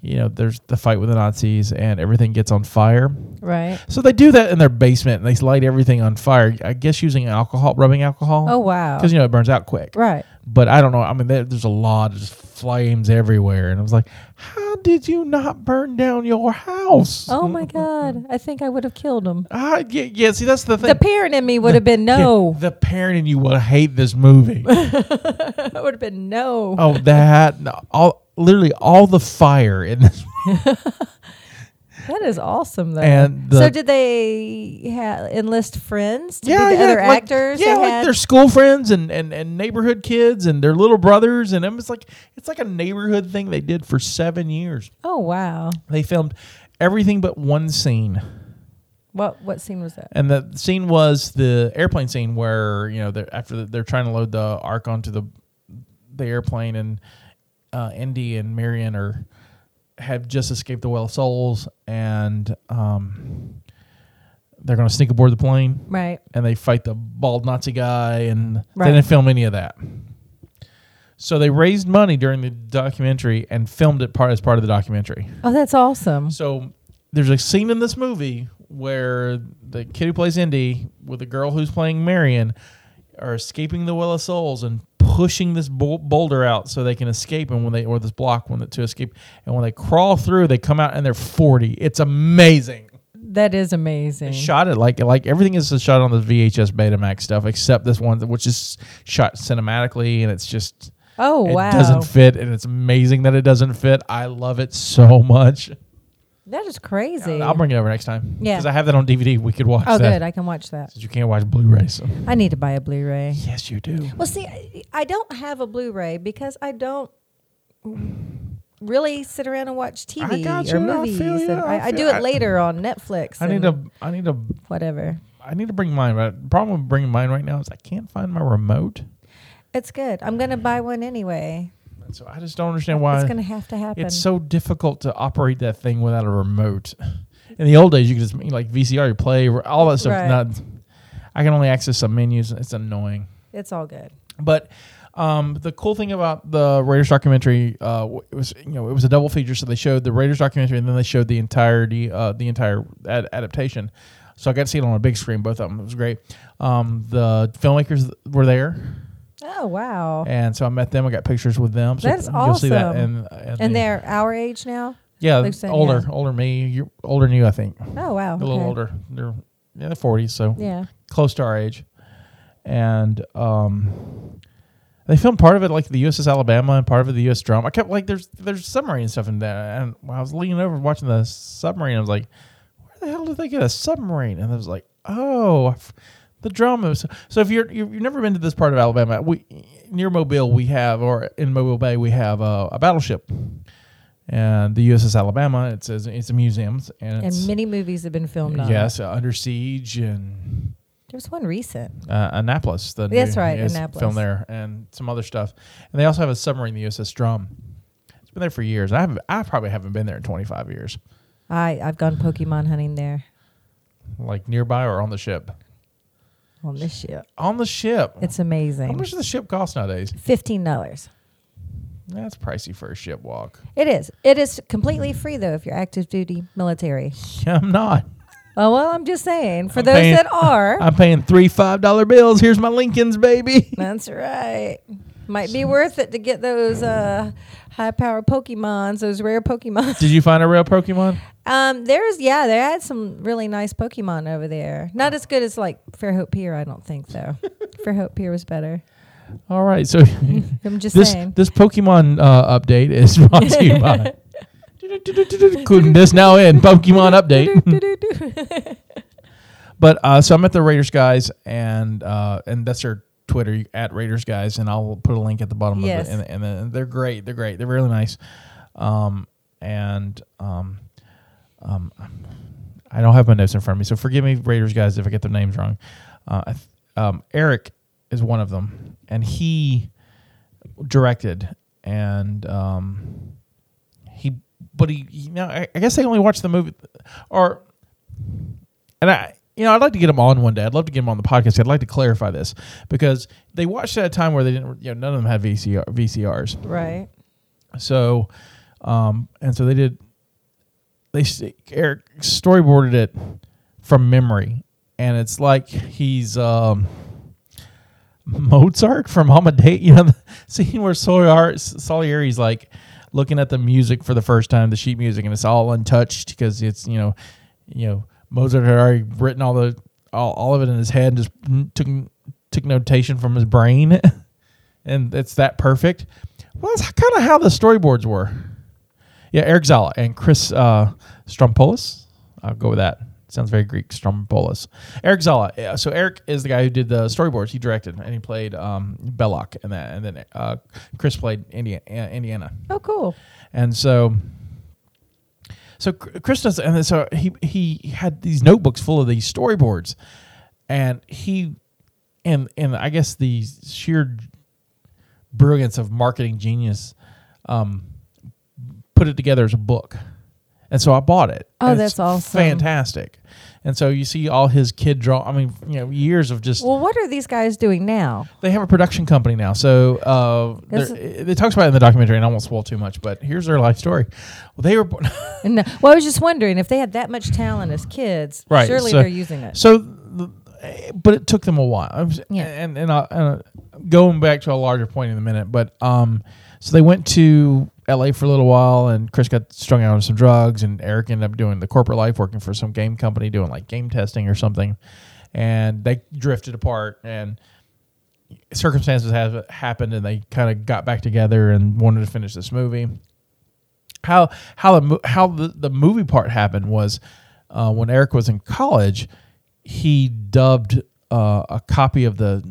S3: you know there's the fight with the Nazis, and everything gets on fire.
S4: right.
S3: So they do that in their basement, and they light everything on fire. I guess using alcohol, rubbing alcohol.
S4: Oh wow.
S3: Because you know it burns out quick
S4: Right.
S3: but I don't know. I mean, there, there's a lot of just flames everywhere, and I was like, "How did you not burn down your house?"
S4: Oh my God. I think I would have killed him.
S3: Ah, yeah, yeah, see, that's the thing.
S4: The parent in me would have been
S3: Yeah,
S4: no.
S3: the parent in you would hate this movie.
S4: I would have been no.
S3: oh, that no, all literally all the fire in this,
S4: Uh-huh. That is awesome though.
S3: And the-
S4: so did they ha- enlist friends? Did the other
S3: like-
S4: actors?
S3: yeah,
S4: that
S3: like
S4: had-
S3: their school friends and, and and neighborhood kids and their little brothers and them. It's like it's like a neighborhood thing they did for seven years.
S4: Oh wow.
S3: They filmed everything but one scene.
S4: What what scene was that?
S3: And the scene was the airplane scene where you know they're after the, they're trying to load the ark onto the the airplane, and uh, Indy and Marion are have just escaped the Well of Souls, and um, they're going to sneak aboard the plane,
S4: Right.
S3: and they fight the bald Nazi guy, and
S4: Right.
S3: they didn't film any of that. So they raised money during the documentary and filmed it part as part of the documentary.
S4: Oh, that's awesome.
S3: So there's a scene in this movie where the kid who plays Indy with the girl who's playing Marion are escaping the Well of Souls and pushing this bou- boulder out so they can escape. And when they or this block when they, to escape, and when they crawl through, they come out and they're 40. It's amazing.
S4: That is amazing.
S3: shot it like like everything is shot on the VHS Betamax stuff except this one which is shot cinematically and it's just
S4: Oh
S3: it
S4: wow,
S3: doesn't fit and it's amazing that it doesn't fit. I love it so much.
S4: that is crazy.
S3: I'll bring it over next time.
S4: Yeah.
S3: because I have that on DVD. We could watch.
S4: oh,
S3: that.
S4: good. I can watch that.
S3: Since you can't watch Blu-ray. So.
S4: I need to buy a Blu-ray.
S3: Yes, you do.
S4: Well, see, I- I don't have a Blu-ray because I don't really sit around and watch TV
S3: I got
S4: or
S3: you. I feel
S4: movies.
S3: you.
S4: and I,
S3: I
S4: I do
S3: feel- I-
S4: it later on Netflix.
S3: I need
S4: and
S3: to. I need to.
S4: whatever.
S3: I need to bring mine. But the problem with bringing mine right now is I can't find my remote,
S4: It's good. I'm gonna buy one anyway.
S3: And so I just don't understand why
S4: it's gonna have to happen.
S3: it's so difficult to operate that thing without a remote. In the old days, you could just you know, like VCR, you play all that stuff.
S4: Right.
S3: Not. I can only access some menus. It's annoying.
S4: it's all good.
S3: But um, the cool thing about the Raiders documentary uh, w- it was you know it was a double feature, so they showed the Raiders documentary and then they showed the entirety uh, the entire ad- adaptation. So I got to see it on a big screen, both of them. It was great. Um, the filmmakers were there,
S4: Oh wow.
S3: and so I met them. I got pictures with them. So
S4: That's
S3: you'll see that.
S4: awesome.
S3: And, and,
S4: and
S3: the-
S4: they're our age now.
S3: yeah,
S4: they've said,
S3: older,
S4: yeah.
S3: older me, you older than you, I think.
S4: Oh
S3: A
S4: wow.
S3: little
S4: okay.
S3: older. They're in the forties, so
S4: Yeah.
S3: close to our age, and um, they filmed part of it like the USS Alabama and part of it the US Drum. I kept like there's there's submarine stuff in there, and when I was leaning over watching the submarine, I was like, where the hell did they get a submarine? And I was like, oh. I f- the drum is so. If you're you've you've never been to this part of Alabama, we near Mobile we have, or in Mobile Bay we have a, a battleship, and the USS Alabama. It's a, it's a museum, and, it's,
S4: And many movies have been filmed on. it.
S3: yes, uh, under siege and
S4: There was one recent.
S3: uh, Annapolis. The
S4: That's
S3: new-
S4: right,
S3: is
S4: Annapolis.
S3: Film there and some other stuff. And they also have a submarine, the USS Drum. It's been there for years. I haven't. I probably haven't been there in 25 years,
S4: I I've gone Pokemon hunting there
S3: like nearby or on the ship.
S4: on this ship.
S3: On the ship.
S4: It's
S3: How
S4: amazing.
S3: much does the ship cost nowadays?
S4: Fifteen dollars.
S3: That's pricey for a ship walk.
S4: It is. It is completely free though if you're active duty military.
S3: Yeah, I'm not.
S4: Oh well, I'm just saying for
S3: I'm
S4: those
S3: paying-
S4: that are.
S3: I'm paying three five dollar bills. Here's my Lincoln's baby.
S4: that's right. Might be worth it to get those uh, high power Pokemons, those rare Pokemons.
S3: Did you find a real Pokemon?
S4: Um, there's yeah, they had some really nice Pokemon over there. Not as good as like Fairhope Pier, I don't think though. Fairhope Pier was better.
S3: All right, so
S4: I'm just
S3: this
S4: saying.
S3: this Pokemon uh, update is brought to you by. Including this now in Pokemon update. But uh, so I'm at the Raiders guys, and uh, and that's their Twitter you- at Raiders guys, and I'll put a link at the bottom
S4: Yes.
S3: of it. And, and they're great. They're great. They're really nice. Um, and um, um, I don't have my notes in front of me, so forgive me, Raiders guys, if I get their names wrong. Uh, I th- um, Eric is one of them, and he directed, and um, he, but he, you know, I, I guess they only watched the movie, or and I, you know, I'd like to get him on one day. I'd love to get him on the podcast. I'd like to clarify this because they watched at a time where they didn't, you know, none of them had VCR, VCRs.
S4: right.
S3: So, um, and so they did. They s- Eric storyboarded it from memory, and it's like he's um, Mozart from Amadeus. You know, the scene where Solar, Solieri's like looking at the music for the first time, the sheet music, and it's all untouched because it's you know, you know, Mozart had already written all the all, all of it in his head, and just n- took took notation from his brain. and it's that perfect. Well, that's kind of how the storyboards were. Yeah, Eric Zala and Chris uh, Strompolis. I'll go with that. Sounds very Greek, Strompolis. Eric Zala. Yeah, so Eric is the guy who did the storyboards. He directed and he played um, Belloc and that, and then uh, Chris played Indiana. Indiana.
S4: Oh cool.
S3: And so, so Chr- Chris does, and then so he he had these notebooks full of these storyboards, and he, and and I guess the sheer brilliance of marketing genius, um, put it together as a book, and so I bought it.
S4: Oh,
S3: And
S4: that's
S3: it's
S4: awesome.
S3: Fantastic, and so you see all his kid draw. I mean, you know, years of just
S4: Well, what are these guys doing now?
S3: they have a production company now, so uh,
S4: This-
S3: they're- it it talks about it in the documentary, and I won't spoil too much. But here's their life story. Well, they were born,
S4: And, uh, well, I was just wondering if they had that much talent as kids,
S3: right.
S4: surely
S3: so,
S4: they're using it.
S3: So, th- eh, but it took them a while. I'm s-
S4: Yeah.
S3: And uh, and, I, and I- going back to a larger point in a minute, but um, so they went to LA for a little while, and Chris got strung out on some drugs, and Eric ended up doing the corporate life, working for some game company, doing like game testing or something, and they drifted apart, and circumstances have happened, and they kind of got back together and wanted to finish this movie. How how the mo- how the, the movie part happened was uh, when Eric was in college, he dubbed uh, a copy of the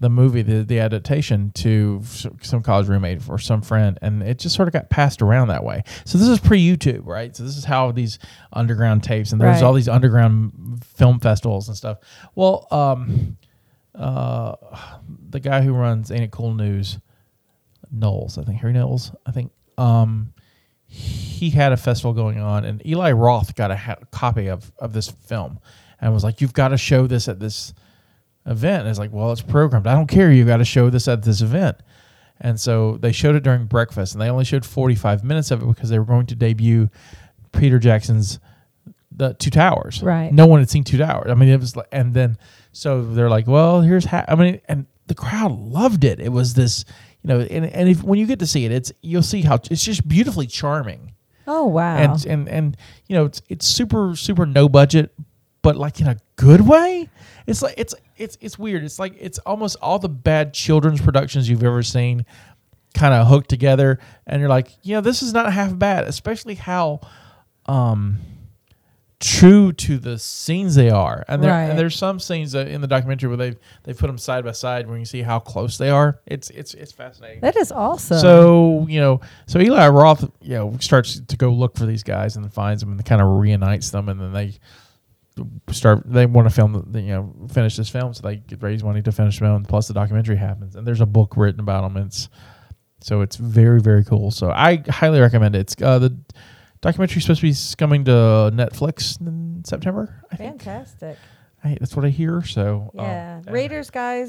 S3: the movie, the, the adaptation to s- some college roommate or some friend, and it just sort of got passed around that way. So this is pre YouTube, right? So this is how these underground tapes and there's
S4: Right.
S3: all these underground film festivals and stuff. Well, um, uh, the guy who runs Ain't It Cool News, Knowles, I think Harry Knowles, I think. Um, he had a festival going on, and Eli Roth got a ha- copy of of this film, and was like, "You've got to show this at this." event. And it's like, well, it's programmed. I don't care. You got to show this at this event. And so they showed it during breakfast, and they only showed 45 minutes of it because they were going to debut Peter Jackson's the Two Towers.
S4: Right.
S3: No one had seen Two Towers. I mean, it was like, and then so they're like, well, here's how. I mean, and the crowd loved it. It was this, you know, and and if, when you get to see it, it's you'll see how it's just beautifully charming
S4: Oh wow.
S3: and and and you know it's it's super super no budget but like in a good way it's like it's it's it's weird it's like it's almost all the bad children's productions you've ever seen kind of hooked together and you're like you know this is not half bad especially how um true to the scenes they are and there
S4: Right.
S3: and there's some scenes that in the documentary where they they put them side by side when you see how close they are it's it's it's fascinating
S4: that is awesome.
S3: so you know, so Eli Roth, you know, starts to go look for these guys and finds them and kind of reunites them, and then they start. They want to film, the, you know, finish this film, so they get raise money to finish the film. Plus, the documentary happens, and there's a book written about them. It's so it's very very cool. So I highly recommend it. It's uh, the documentary supposed to be s- coming to Netflix in September. I think
S4: fantastic.
S3: I, that's what I hear. So um,
S4: Yeah.
S3: and-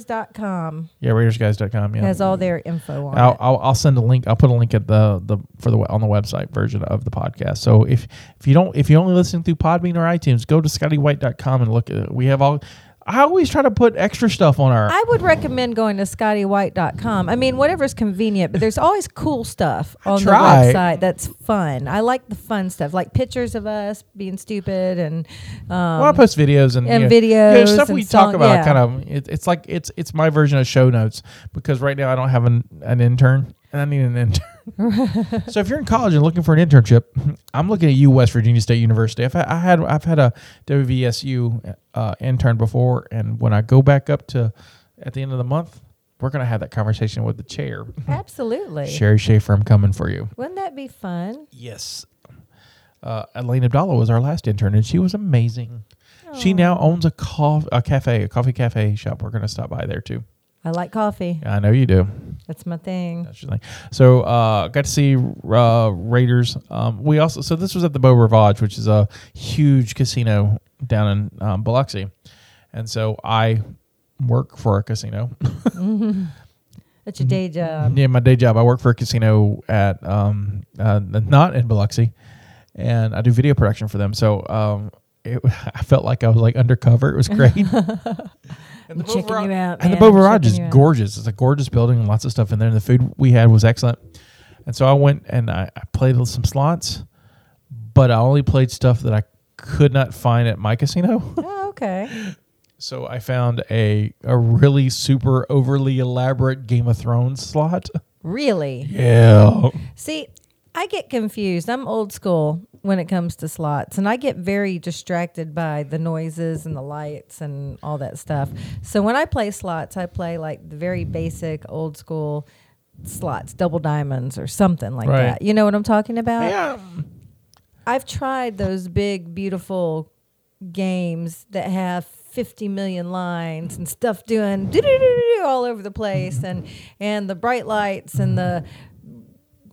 S4: RaidersGuys.com
S3: yeah, RaidersGuys.com. Yeah,
S4: has all their info on
S3: I'll,
S4: it.
S3: I'll, I'll send a link. I'll put a link at the, the for the on the website version of the podcast. So if if you don't if you only listen through Podbean or iTunes, go to scottywhite.com and look at it. We have all. I always try to put extra stuff on our.
S4: I would recommend going to scottywhite.com. I mean, whatever's convenient, but there's always cool stuff on the
S3: try.
S4: website that's fun. I like the fun stuff, like pictures of us being stupid and um,
S3: well, I post videos and,
S4: and
S3: you know, yeah,
S4: videos
S3: stuff
S4: and
S3: we talk
S4: song-
S3: about.
S4: yeah.
S3: Kind of, it, it's like it's it's my version of show notes because right now I don't have an, an intern and I need an intern. so if you're in college and looking for an internship, I'm looking at you, West Virginia State University. I've had, I had I've had a WVSU uh, intern before, and when I go back up to at the end of the month, we're gonna have that conversation with the chair,
S4: absolutely.
S3: Sherry Schaefer. I'm coming for you.
S4: Wouldn't that be fun?
S3: Yes. Uh, Elaine Abdallah was our last intern, and she was amazing. She now owns a coffee, a cafe, a coffee cafe shop. We're gonna stop by there too.
S4: I like coffee.
S3: I know you do.
S4: That's my thing.
S3: That's your thing. So uh, got to see uh, Raiders. Um, we also so this was at the Beau Rivage, which is a huge casino down in um, Biloxi, and so I work for a casino.
S4: That's your day job.
S3: yeah, my day job. I work for a casino at um, uh, not in Biloxi, and I do video production for them. So um, it, I felt like I was like undercover. It was great. and the
S4: checking
S3: Boulevard-
S4: you out,
S3: And the
S4: man. I'm
S3: Boulevard
S4: checking
S3: is
S4: you out.
S3: gorgeous. It's a gorgeous building and lots of stuff in there. And the food we had was excellent. And so I went and I, I played some slots, but I only played stuff that I could not find at my casino.
S4: Oh, okay.
S3: So I found a a really super overly elaborate Game of Thrones slot.
S4: Really?
S3: Yeah.
S4: See, I get confused. I'm old school when it comes to slots, and I get very distracted by the noises and the lights and all that stuff. So when I play slots, I play like the very basic old school slots, double diamonds or something like
S3: Right.
S4: that. You know what I'm talking about?
S3: Yeah.
S4: I've tried those big, beautiful games that have 50 million lines and stuff doing doo-doo-doo-doo-doo all over the place and and the bright lights and the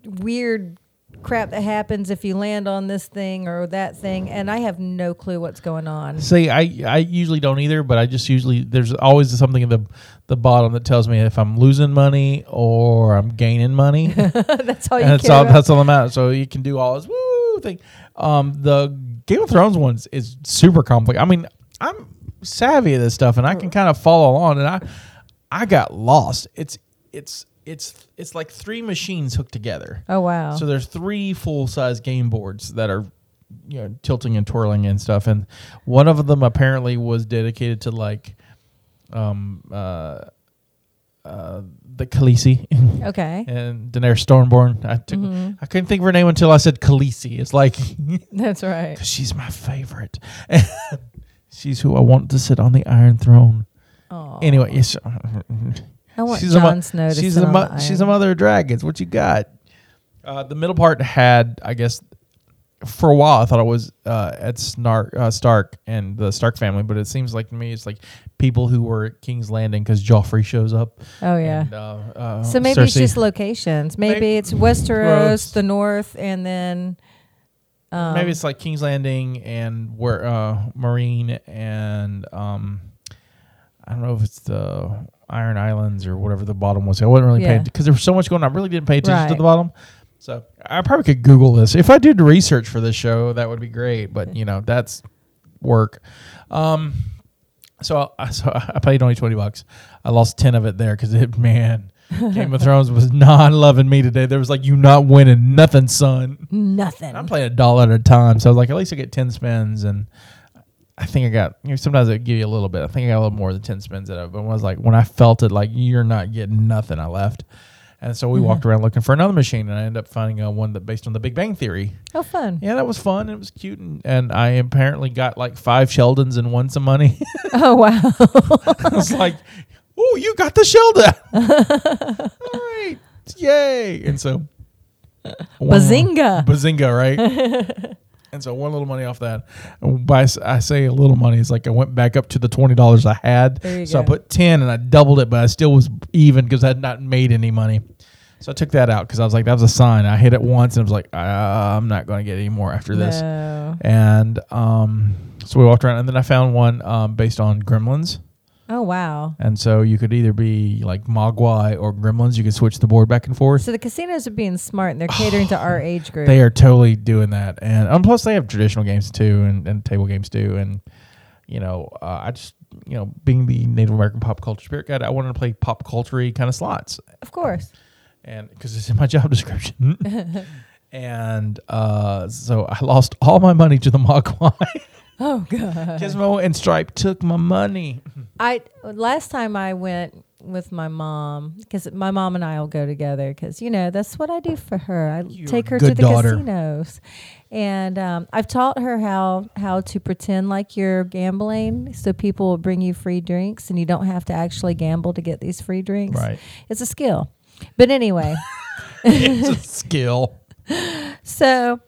S4: weird crap that happens if you land on this thing or that thing and I have no clue what's going on.
S3: See, I I usually don't either, but I just usually there's always something at the the bottom that tells me if I'm losing money or I'm gaining money.
S4: that's all you
S3: and
S4: care
S3: that's all
S4: about.
S3: that's all I'm at. So you can do all this woo thing. Um, the Game of Thrones ones is super complex. I mean, I'm
S4: Mm.
S3: savvy at this stuff, and I can kind of follow along. And I, I got lost. It's it's it's it's like three machines hooked together.
S4: Oh wow.
S3: So there's three full size game boards that are you know tilting and twirling and stuff and one of them apparently was dedicated to like um uh uh the Khaleesi
S4: okay.
S3: and Daenerys Stormborn. I took,
S4: Mm-hmm.
S3: I couldn't think of her name until I said Khaleesi. It's like
S4: That's right.
S3: she's my favorite. she's who I want to sit on the Iron Throne.
S4: Aw.
S3: Anyway, yes,
S4: I want
S3: she's a
S4: Jon
S3: mo-
S4: Snow to
S3: she's
S4: sit
S3: a
S4: on
S3: mo-
S4: the
S3: she's a
S4: iron.
S3: mother of dragons. What you got? Uh, the middle part had, I guess, for a while I thought it was uh, at Snark, uh, Stark and the Stark family, but it seems like to me it's like people who were at King's Landing because Joffrey shows up.
S4: Oh yeah.
S3: And, uh, uh,
S4: so maybe it's
S3: Cersei.
S4: just locations. Maybe
S3: May-
S4: it's Westeros,
S3: Gross.
S4: the North, and then um,
S3: maybe it's like King's Landing and where uh, Marine and um, I don't know if it's the Iron Islands or whatever the bottom was. I wasn't really
S4: Yeah.
S3: paying because there was so much going on. I really didn't pay attention to
S4: Right.
S3: the bottom. So I probably could Google this if I did research for this show. That would be great, but you know that's work. Um, so I so I paid only twenty bucks. I lost ten of it there because it man. Game of Thrones was not loving me today. There was like you not winning nothing, son.
S4: nothing.
S3: And I'm playing a dollar at a time, so I was like, at least I get ten spins, and I think I got. You know, sometimes it give you a little bit. I think I got a little more than ten spins out of it. But when I was like, when I felt it, like you're not getting nothing, I left. And so we walked around looking for another machine, and I ended up finding uh, one that based on the Big Bang Theory.
S4: oh fun.
S3: Yeah, that was fun. It was cute, and, and I apparently got like five Sheldons and won some money.
S4: Oh wow.
S3: I was like, "Oh, you got the Sheldon! All right, yay!" And so, one-
S4: Bazinga.
S3: Bazinga, right? and so one little money off that. And By s- I say a little money, it's like I went back up to the twenty dollars I had.
S4: There you
S3: so I
S4: go.
S3: put ten and I doubled it, but I still was even because I had not made any money. So I took that out because I was like, that was a sign. I hit it once and I was like, uh, I'm not going to get any more after this.
S4: No.
S3: And um, so we walked around, and then I found one um, based on Gremlins.
S4: Oh wow.
S3: And so you could either be like Mogwai or Gremlins. You could switch the board back and forth.
S4: So the casinos are being smart and they're catering to our age group.
S3: They are totally doing that, and um, plus they have traditional games too, and, and table games too, and you know, uh, I just you know, being the Native American pop culture spirit guide, I wanted to play pop culture kind of slots,
S4: of course.
S3: and because it's in my job description, and uh, so I lost all my money to the Mogwai.
S4: Oh god.
S3: Gizmo and Stripe took my money.
S4: I last time I went with my mom because my mom and I will go together because you know that's what I do for her. I
S3: You're
S4: take
S3: a
S4: her to the
S3: good daughter.
S4: casinos, and um, I've taught her how how to pretend like you're gambling, so people will bring you free drinks, and you don't have to actually gamble to get these free drinks.
S3: Right,
S4: It's a skill, but anyway.
S3: it's a skill.
S4: So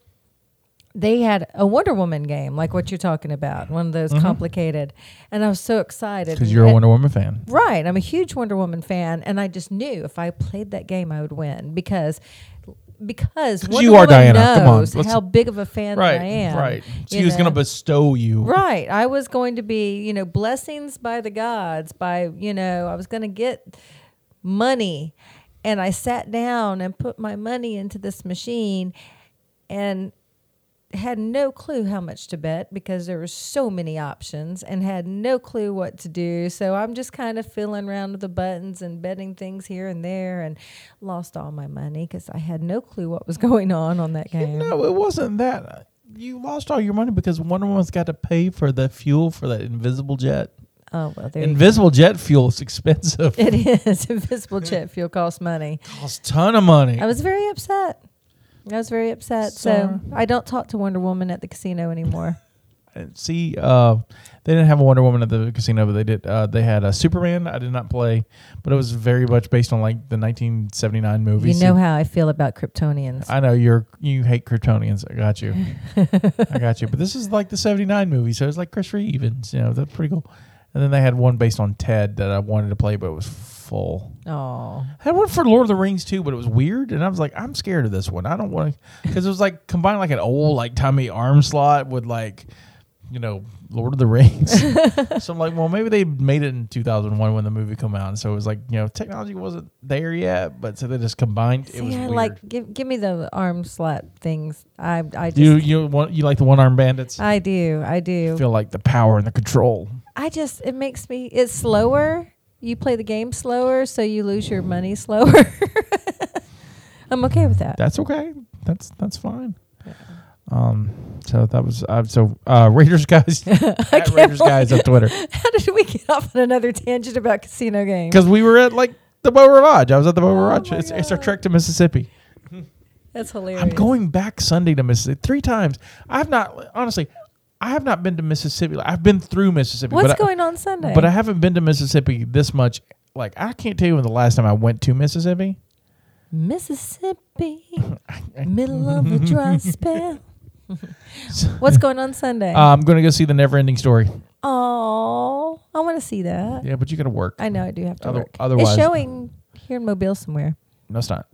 S4: they had a Wonder Woman game, like what you're talking about, one of those complicated. And I was so excited.
S3: Because Mm-hmm. you're a
S4: And-
S3: Wonder Woman fan.
S4: Right. I'm a huge Wonder Woman fan, and I just knew if I played that game, I would win because. Because Wonder
S3: you are
S4: Woman
S3: Diana. Come on.
S4: knows
S3: Let's-
S4: how big of a fan that I
S3: Right,
S4: am.
S3: right. She
S4: you
S3: was going
S4: know?
S3: to bestow you.
S4: Right. I was going to be, you know, blessings by the gods, by, you know, I was going to get money. And I sat down and put my money into this machine and had no clue how much to bet because there were so many options and had no clue what to do. So I'm just kind of fiddling around with the buttons and betting things here and there and lost all my money because I had no clue what was going on on that game.
S3: No, it wasn't that. You lost all your money because Wonder Woman's got to pay for the fuel for that invisible jet.
S4: Oh, well, there you go.
S3: Invisible jet fuel is expensive. It
S4: It is. Invisible jet fuel costs money.
S3: costs a ton of money.
S4: I was very upset. I was very upset.
S3: Sorry.
S4: So I don't talk to Wonder Woman at the casino anymore.
S3: See, uh, they didn't have a Wonder Woman at the casino, but they did. Uh, they had a Superman. I did not play, but it was very much based on like the 1979 movie.
S4: you know how I feel about Kryptonians.
S3: I know you're you hate Kryptonians. I got you. I got you. But this is like the 79 movie, so it's like Chris Reeve and you know, that's pretty cool. And then they had one based on Ted that I wanted to play, but it was full.
S4: oh,
S3: I had one for Lord of the Rings too, but it was weird, and I was like, I'm scared of this one. I don't want to because it was like combined like an old like Tommy arm slot with like you know Lord of the Rings. so I'm like, well, maybe they made it in 2001 when the movie came out, and so it was like you know technology wasn't there yet, but so they just combined. it was
S4: yeah.
S3: weird.
S4: Like, give give me the arm slap things. I I just
S3: you you want you like the one arm bandits.
S4: I do I do.
S3: feel like the power and the control.
S4: I just it makes me it's slower You play the game slower, so you lose your money slower. I'm okay with that.
S3: That's okay. That's that's fine. Um, so that was uh, so uh, Raiders guys at Raiders guys on Twitter
S4: How did we get off on another tangent about casino games?
S3: because we were at like the Beau Rivage. I was at the Beau Rivage.
S4: Oh my
S3: It's, it's our
S4: God.
S3: trek to Mississippi.
S4: That's hilarious.
S3: I'm going back Sunday to Mississippi three times. I have not honestly. I have not been to Mississippi. Like, I've been through Mississippi.
S4: What's
S3: but I-
S4: going on Sunday?
S3: But I haven't been to Mississippi this much. Like I can't tell you when the last time I went to Mississippi.
S4: Mississippi, middle of the dry spell. What's going on Sunday?
S3: Uh, I'm going to go see the Never Ending Story.
S4: oh, I want to see that.
S3: Yeah, but you got to work.
S4: I know I do have to
S3: Other-
S4: work.
S3: otherwise-
S4: it's showing here in Mobile somewhere.
S3: No, it's not.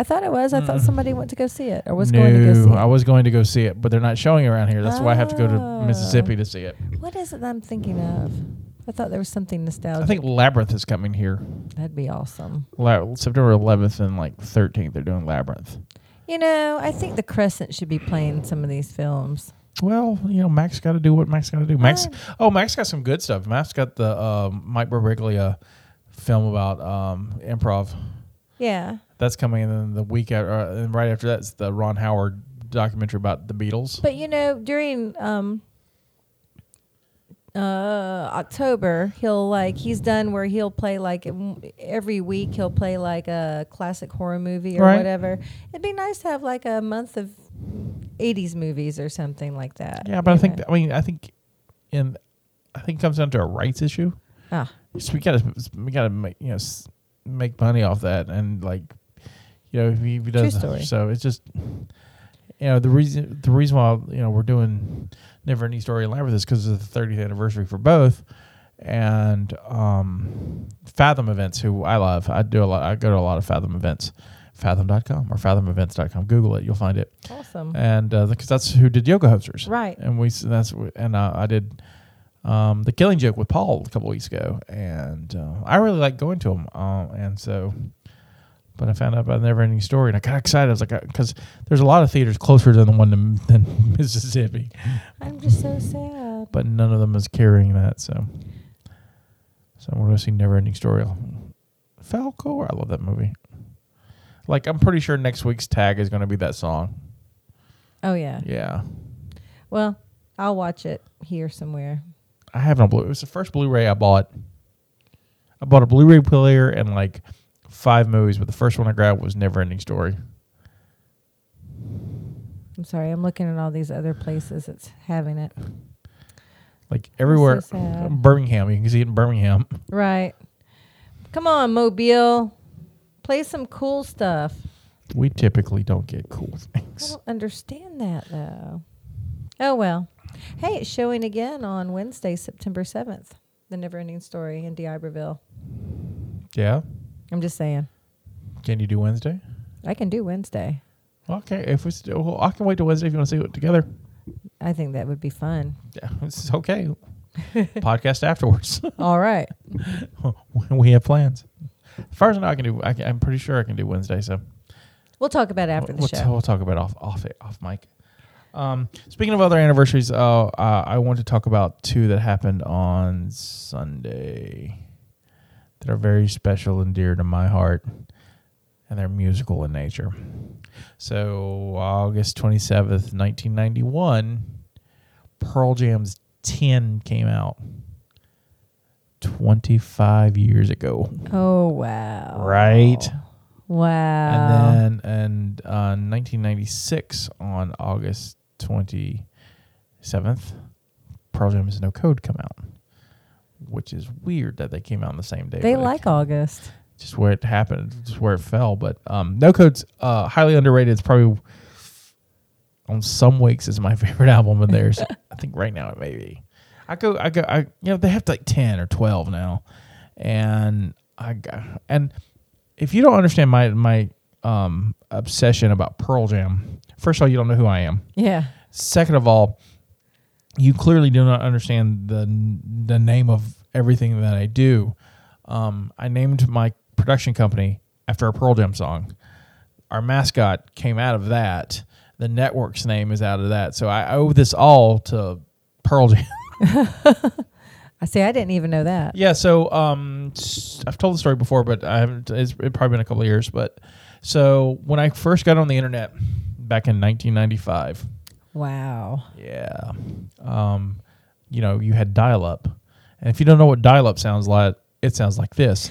S4: I thought it was. I thought somebody went to go see it or was
S3: no,
S4: going to go see it.
S3: I was going to go see it, but they're not showing it around here. That's why I have to go
S4: Oh.
S3: to Mississippi to see it.
S4: What is it that I'm thinking of? I thought there was something nostalgic.
S3: I think Labyrinth is coming here.
S4: That'd be awesome.
S3: La- September 11th and like 13th, they're doing Labyrinth.
S4: You know, I think the Crescent should be playing some of these films.
S3: Well, you know, Max got to do what Max got to do. Max, oh, Max got some good stuff. Max got the um, Mike Birbiglia film about um, improv.
S4: Yeah.
S3: That's coming in then the week after, uh, and right after that's the Ron Howard documentary about the Beatles.
S4: But you know, during um uh October, he'll like he's done where he'll play like m- every week he'll play like a classic horror movie or
S3: Right.
S4: whatever. It'd be nice to have like a month of 80s movies or something like that.
S3: yeah, but I
S4: you
S3: think
S4: know.
S3: I mean I think in I think it comes down to a rights issue.
S4: ah,
S3: So we gotta we gotta make you know s- make money off that and like you know if he, if he does
S4: story.
S3: so it's just you know the reason the reason why you know we're doing never ending story and labyrinth is because it's the 30th anniversary for both and um fathom events who i love i do a lot i go to a lot of fathom events fathom.com or fathomevents.com google it you'll find it
S4: awesome.
S3: and because that's who did yoga hosters
S4: Right.
S3: and we s- that's wh- and uh, I did um, the Killing Joke with Paul a couple weeks ago, and uh, I really like going to them. Uh, and so, but I found out about Never Ending Story, and I got excited. I was like, because there's a lot of theaters closer than the one to, than Mississippi,
S4: I'm just so sad.
S3: but none of them is carrying that. So, so we're gonna see Never Ending Story. Falco, I love that movie. Like I'm pretty sure next week's tag is gonna be that song.
S4: Oh yeah.
S3: Yeah.
S4: Well, I'll watch it here somewhere.
S3: I have no blue. It was the first Blu-ray I bought. I bought a Blu-ray player and like five movies, but the first one I grabbed was Never Ending Story.
S4: I'm sorry. I'm looking at all these other places that's having it.
S3: Like everywhere,
S4: sad.
S3: Birmingham. You can see it in Birmingham.
S4: Right. Come on, Mobile. Play some cool stuff.
S3: We typically don't get cool
S4: I
S3: things.
S4: don't understand that though. Oh well. Hey, it's showing again on Wednesday, September 7th. The Never Ending Story in D'Iberville.
S3: Yeah.
S4: I'm just saying.
S3: Can you do Wednesday?
S4: I can do Wednesday.
S3: Okay. If we, still, well, I can wait till Wednesday if you want to see it together.
S4: I think that would be fun.
S3: Yeah, it's okay. Podcast afterwards.
S4: All right.
S3: we have plans. As far as I know, I can do. I can, I'm pretty sure I can do Wednesday. So.
S4: We'll talk about it after the
S3: we'll,
S4: show.
S3: t- we'll talk about off off it- off mic. Um, speaking of other anniversaries, uh, uh, I want to talk about two that happened on Sunday that are very special and dear to my heart, and they're musical in nature. So, August twenty seventh, nineteen ninety one, Pearl Jam's Ten came out. 25 years ago,
S4: oh wow.
S3: right?
S4: Wow.
S3: and then and uh, 1996 on August 27th, Pearl Jam's No Code come out, which is weird that they came out on the same day.
S4: they
S3: but it-
S4: like August.
S3: just where it happened, just where it fell. But um, No Code's uh, highly underrated. It's probably on some weeks is my favorite album of theirs. I think right now it may be. I go, I go, I you know they have like ten or twelve now, and I go, and if you don't understand my my um obsession about Pearl Jam, first of all, you don't know who I am.
S4: Yeah.
S3: Second of all, you clearly do not understand the the name of everything that I do. Um, I named my production company after a Pearl Jam song. Our mascot came out of that. The network's name is out of that. So I owe this all to Pearl Jam.
S4: I I see. I didn't even know that.
S3: Yeah, so um, s- I've told the story before, but I haven't. It's it probably been a couple of years, but so when I first got on the internet back in 1995,
S4: Wow.
S3: yeah, um, you know, you had dial-up, and if you don't know what dial-up sounds like, it sounds like this.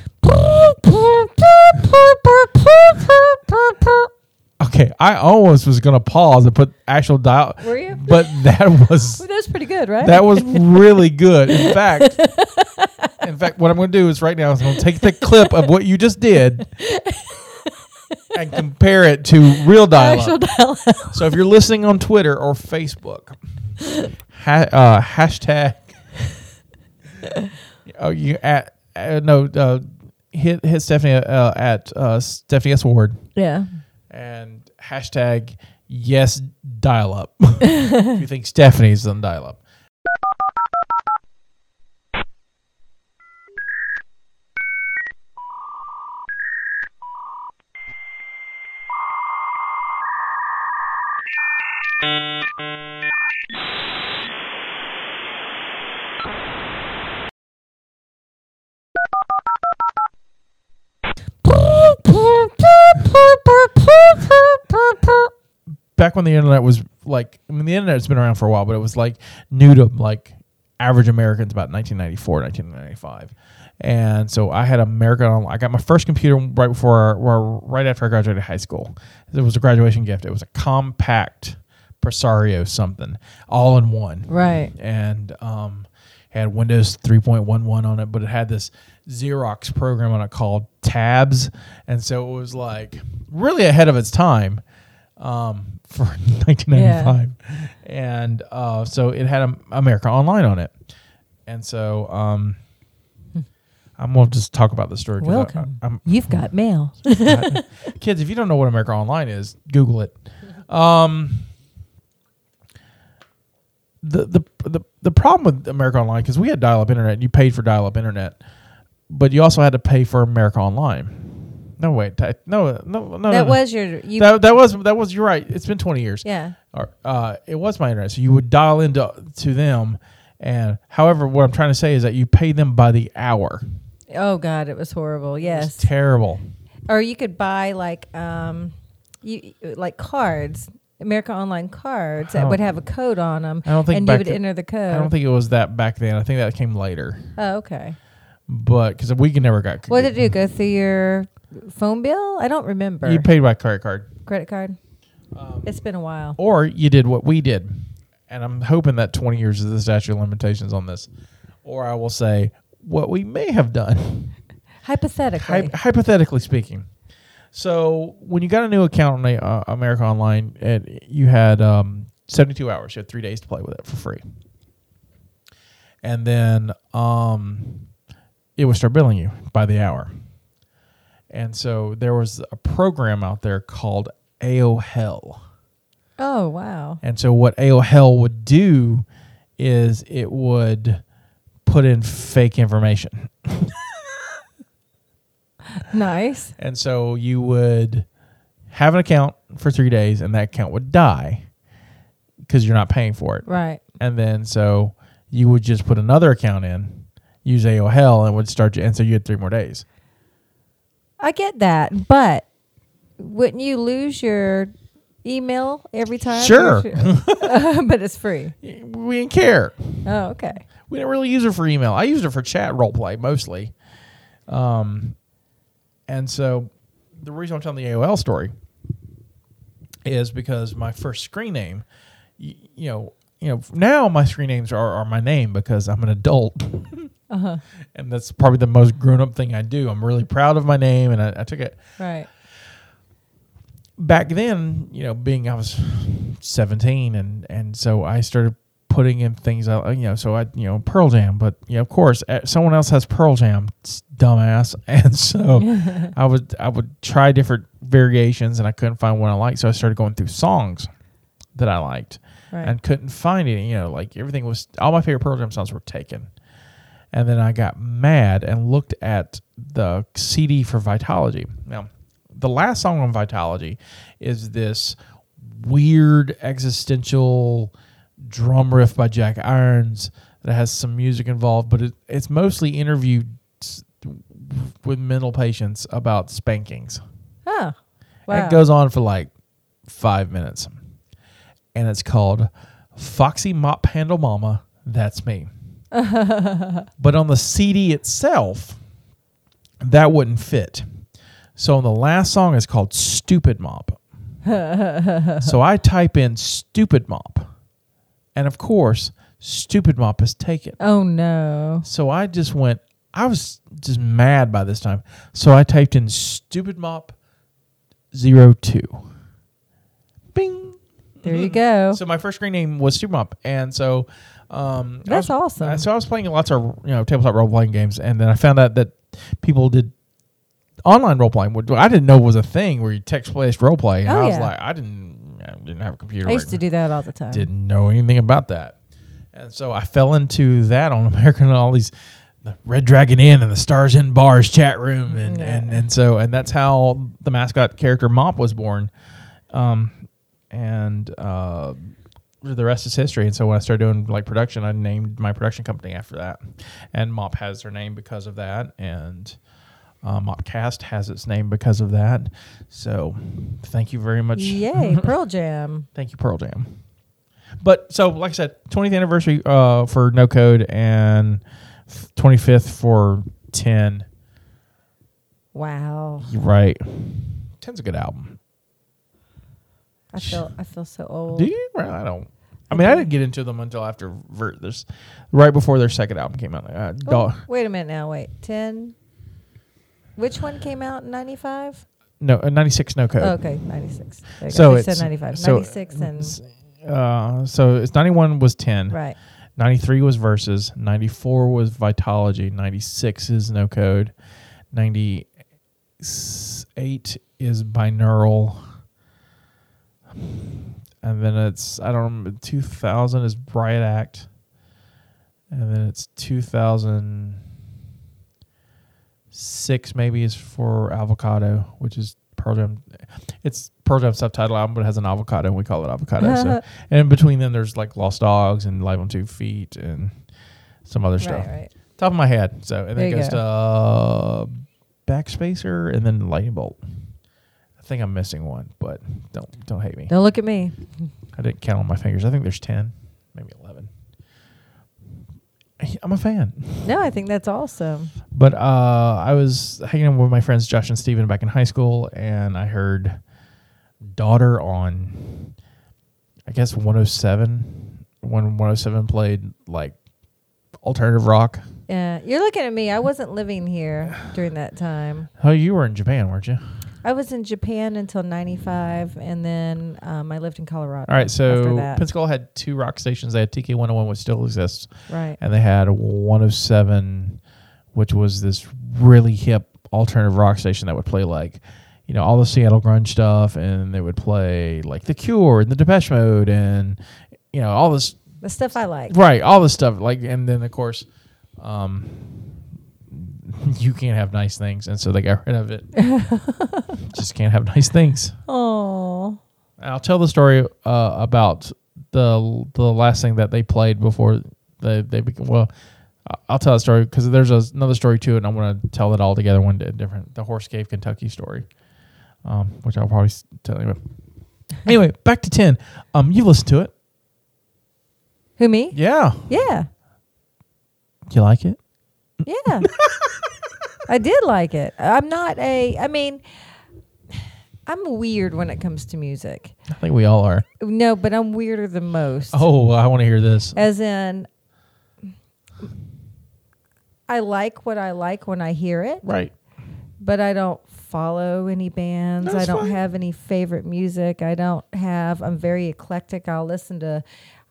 S3: Okay, I almost was gonna pause and put actual dial.
S4: Were you?
S3: But that was
S4: Well, that was pretty good, right?
S3: that was really good. In fact, in fact, what I'm going to do is right now is I'm going to take the clip of what you just did and compare it to real
S4: actual
S3: dialogue.
S4: dialogue.
S3: so if you're listening on Twitter or Facebook, ha- uh, hashtag oh you at uh, no uh, hit hit Stephanie uh, at uh, Stephanie S Ward
S4: yeah.
S3: and hashtag yes dial up. if you think Stephanie's on dial up. back when the internet was like I mean the internet's been around for a while, but it was like new to like average Americans about 1994, 1995. And so I had America on I got my first computer right before or right after I graduated high school. It was a graduation gift. It was a compact Presario something all in one.
S4: Right.
S3: And um had Windows 3.11 on it, but it had this Xerox program on it called Tabs. And so it was like really ahead of its time um, for 1995. And uh, so it had um, America Online on it. And so um, I'm going to just talk about the story. 'cause I- I-
S4: Welcome.
S3: I'm-
S4: You've got mail.
S3: kids, if you don't know what America Online is, Google it. Um, the, the the the problem with America Online because we had dial up internet and you paid for dial up internet, but you also had to pay for America Online. No wait, I- no no no. no,
S4: that
S3: no.
S4: was your. You,
S3: that, that was that was you're right. It's been twenty years.
S4: yeah.
S3: Or, uh, it was my internet. So you would dial into to them, and however, what I'm trying to say is that you pay them by the hour.
S4: Oh God, it was horrible.
S3: It's
S4: Yes.
S3: terrible.
S4: Or you could buy like um, you like cards. America Online cards that would have a code on them,
S3: Oh. I don't think
S4: and you
S3: back
S4: would
S3: th-
S4: enter the code.
S3: I don't think it was that back then. I think that came later.
S4: Oh, okay.
S3: but because we never got
S4: What did it do? Go through your phone bill? I don't remember.
S3: you Um, paid by credit card
S4: Credit card. it's been a while.
S3: or you did what we did and i'm hoping that 20 years is the statute of limitations on this or i will say what we may have done
S4: Hypothetically,
S3: Hy- hypothetically speaking so when you got a new account on uh, america online and you had um, 72 hours you had three days to play with it for free and then um, it would start billing you by the hour and so there was a program out there called AO Hell.
S4: oh wow,
S3: And so what AOL Hell would do is it would put in fake information.
S4: nice.
S3: And so you would have an account for three days and that account would die because you're not paying for it.
S4: Right.
S3: And then so you would just put another account in, use AOL Hell, and it would start you. And so you had three more days.
S4: I get that, but wouldn't you lose your email every time?
S3: Sure.
S4: but it's free.
S3: We didn't care.
S4: Oh, okay.
S3: We didn't really use her for email. I used her for chat roleplay mostly. Um, and so the reason I'm telling the AOL story is because my first screen name, you, you know, you know, now my screen names are, are my name because I'm an adult. And that's probably the most grown up thing I do. I'm really proud of my name, and I, I took it
S4: Right.
S3: back then, you know, being I was 17 and and so I started putting in things I you know, so I you know, Pearl Jam, but you know, of course, eh, someone else has Pearl Jam, s- dumbass. And so I would I would try different variations and I couldn't find one I liked, so I started going through songs that I liked
S4: Right.
S3: and couldn't find any, you know, like everything was all my favorite Pearl Jam songs were taken. And then I got mad and looked at the CD for Vitology. Now, the last song on Vitology is this weird existential drum riff by Jack Irons that has some music involved, but it, it's mostly interviewed with mental patients about spankings. And
S4: Oh, wow.
S3: It goes on for like five minutes. And it's called Foxy Mop Handle Mama, That's Me. but on the CD itself, that wouldn't fit. So on the last song, it's called Stupid Mop. so I type in Stupid Mop. And of course, Stupid Mop is taken.
S4: oh no.
S3: So I just went, I was just mad by this time. So I typed in stupid mop zero two. Bing.
S4: There you go.
S3: So my first screen name was Stupid Mop. And so um, I
S4: That's
S3: was-
S4: awesome.
S3: uh, So I was playing lots of you know tabletop role playing games, and then I found out that people did online role playing. Which I didn't know was a thing where you text based role play. And
S4: Oh,
S3: I was
S4: yeah.
S3: like, I didn't, I didn't have a computer.
S4: I
S3: right
S4: used to do that all the time.
S3: didn't know anything about that. And so I fell into that on American all these the Red Dragon Inn and the Stars in Bars chat room and, and, and so and that's how the mascot character Mop was born. Um, and uh, the rest is history. And so when I started doing like production, I named my production company after that. And Mop has their name because of that and uh, Mopcast has its name because of that. So thank you very much.
S4: Yay, Pearl Jam.
S3: Thank you, Pearl Jam. But so, like I said, 20th anniversary uh, for No Code and f- 25th for 10.
S4: Wow.
S3: You're right. 10's a good album.
S4: I feel I feel so old.
S3: Do you? Well, I don't. I mean, I didn't get into them until after ver- this, right before their second album came out. Uh,
S4: Oh,
S3: Dog-
S4: wait a minute now. Wait. 10. Which one came out in 95?
S3: no, uh, 96 No Code.
S4: Oh, okay, 96. There you go.
S3: So
S4: You
S3: it's-
S4: said 95.
S3: so
S4: 96 and.
S3: it's- Uh, so it's 91 was 10.
S4: Right.
S3: 93 was Versus, 94 was Vitology, 96 is No Code, 98 is Binaural. And then it's, I don't remember, 2000 is Bright Act. And then it's 2006 maybe is for Avocado, which is Pearl Jam. It's Pearl Jam subtitle album, but it has an avocado, and we call it Avocado. so and in between them, there's like Lost Dogs and Live on Two Feet and some other stuff.
S4: Right, right.
S3: Top of my head. So, and
S4: There
S3: then it
S4: you
S3: goes
S4: go.
S3: to uh, Backspacer and then Lightning Bolt. I think I'm missing one, but don't don't hate me.
S4: Don't look at me.
S3: I didn't count on my fingers. I think there's ten, maybe eleven. I'm a fan.
S4: No, I think that's awesome.
S3: But uh, I was hanging out with my friends Josh and Steven back in high school, and I heard Daughter on, I guess, 107. When 107 played like alternative rock.
S4: Yeah, Uh, you're looking at me. I wasn't living here during that time.
S3: Oh, you were in Japan, weren't you?
S4: I was in Japan until 95, and then um, I lived in Colorado.
S3: All right,
S4: after
S3: so
S4: that.
S3: Pensacola had two rock stations. They had TK 101, which still exists,
S4: right.
S3: and they had 107, which was this really hip alternative rock station that would play like, you know, all the Seattle grunge stuff, and they would play like The Cure and the Depeche Mode, and you know, all this
S4: The stuff I like.
S3: right, all this stuff. Like, and then of course, um, you can't have nice things, and so they got rid of it. Just can't have nice things.
S4: Oh,
S3: I'll tell the story uh, about the the last thing that they played before they they became, well. I- I'll tell a story because there's a, another story too, and I want to tell it all together one day different. The Horse Cave, Kentucky story, um, which I'll probably s- tell you. About. Anyway, back to ten. Um, you listened to it,
S4: who me?
S3: yeah?
S4: Yeah,
S3: You like it?
S4: yeah. I did like it. I'm not a. I mean, I'm weird when it comes to music.
S3: I think we all are.
S4: No, but I'm weirder than most.
S3: Oh, I want to hear this.
S4: As in, I like what I like when I hear it.
S3: Right.
S4: but I don't follow any bands.
S3: That's
S4: I don't
S3: fine.
S4: have any favorite music. I don't have. I'm very eclectic. I'll listen to.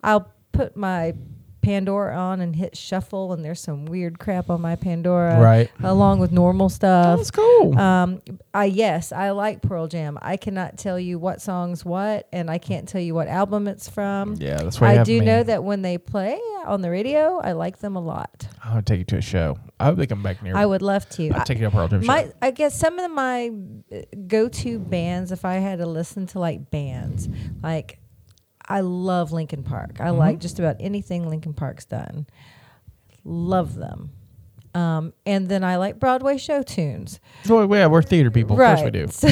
S4: I'll put my Pandora on and hit shuffle, and there's some weird crap on my Pandora,
S3: Right.
S4: Along with normal stuff.
S3: That's cool.
S4: Um, I yes, I like Pearl Jam. I cannot tell you what songs what, and I can't tell you what album it's from.
S3: yeah, that's why you
S4: I
S3: have
S4: do
S3: me.
S4: know that when they play on the radio, I like them a lot.
S3: I would take you to a show. I hope they come back near.
S4: I would love to.
S3: I'd
S4: I-
S3: take you to a Pearl Jam show.
S4: my I guess some of my uh, go-to bands if I had to listen to like bands
S3: Mm-hmm.
S4: like I love Linkin Park. I like just about anything Linkin Park's done. Love them. Um, and then I like Broadway show tunes.
S3: Well, yeah, we're theater people. Of course we do.
S4: So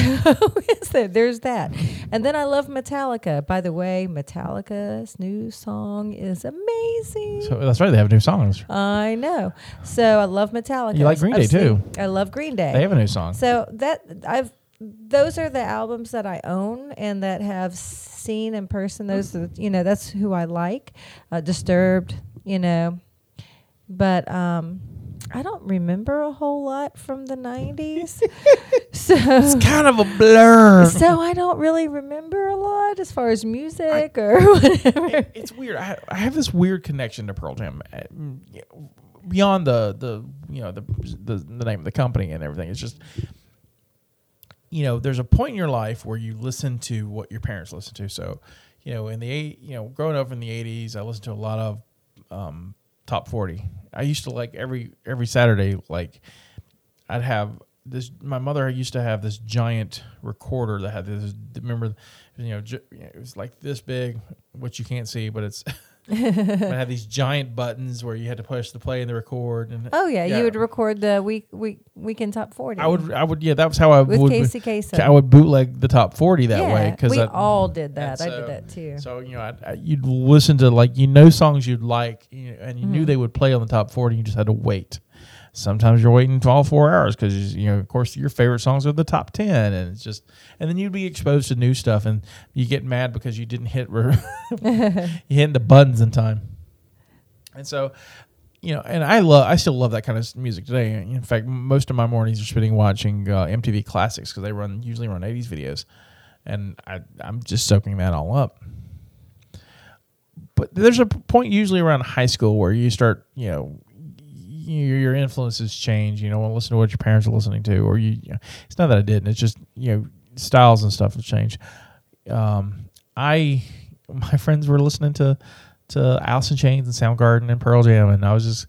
S4: is there- there's that. And then I love Metallica. By the way, Metallica's new song is amazing.
S3: So that's right. They have new songs.
S4: I know. So I love Metallica.
S3: You like Green
S4: I've
S3: Day, too.
S4: seen- I love Green Day.
S3: They have a new song.
S4: So that I've those are the albums that I own and that have seen in person. Those are, you know that's who I like. Uh, Disturbed, you know, but um, I don't remember a whole lot from the '90s. so.
S3: kind of a blur.
S4: So I don't really remember a lot as far as music or whatever.
S3: it's weird. I, I have this weird connection to Pearl Jam. Uh, mm, yeah, Beyond the the you know the, the the name of the company and everything, it's just you know there's a point in your life where you listen to what your parents listen to. So you know in the eight you know growing up in the 80s, I listened to a lot of um, top 40. I used to like every every Saturday like I'd have this. My mother used to have this giant recorder that had this. Remember, you know, ju- it was like this big, which you can't see, but it's. it had these giant buttons where you had to push the play and the record. And
S4: Oh yeah, you would record the week week weekend top forty.
S3: I would. I would. Yeah, that was how I
S4: Oh, With
S3: would.
S4: Casey Kasem.
S3: I would bootleg the top forty that
S4: yeah,
S3: way because
S4: we all did that. I did that too.
S3: So you know, I, I, you'd listen to like you know songs you'd like, you know, and you knew they would play on the top forty. You just had to wait. Sometimes you're waiting for all four hours because you know, of course, your favorite songs are the top ten, and it's just, and then you'd be exposed to new stuff, and you get mad because you didn't hit, re- you hit the buttons in time, and so. You know, and I love, I still love that kind of music today. In fact, most of my mornings are spending watching uh, MTV Classics because they run usually run '80s videos, and I, I'm just soaking that all up but there's a p- point usually around high school where you start, you know, y- your, your influences change. You know, want to listen to what your parents are listening to, or you. you know, it's not that I didn't. It's just you know styles and stuff have changed. Um, I my friends were listening to to Alice in Chains and Soundgarden and Pearl Jam, and I was just,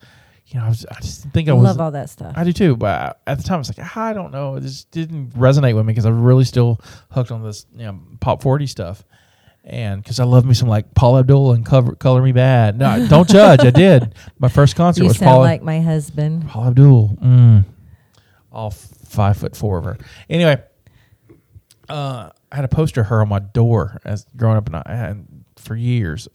S3: you know, I, was, I just think I
S4: I
S3: was
S4: love all that stuff.
S3: I do too, but at the time I was like, "Ah, I don't know. It just didn't resonate with me because I was really still hooked on this you know, pop forty stuff, and because I love me some like Paul Abdul and cover, Color Me Bad. No, don't judge. I did my first concert
S4: you
S3: was
S4: sound
S3: Paul,
S4: like my husband.
S3: Paul Abdul. Mm. All f- five foot four of her. Anyway, uh, I had a poster of her on my door as growing up, and I had for years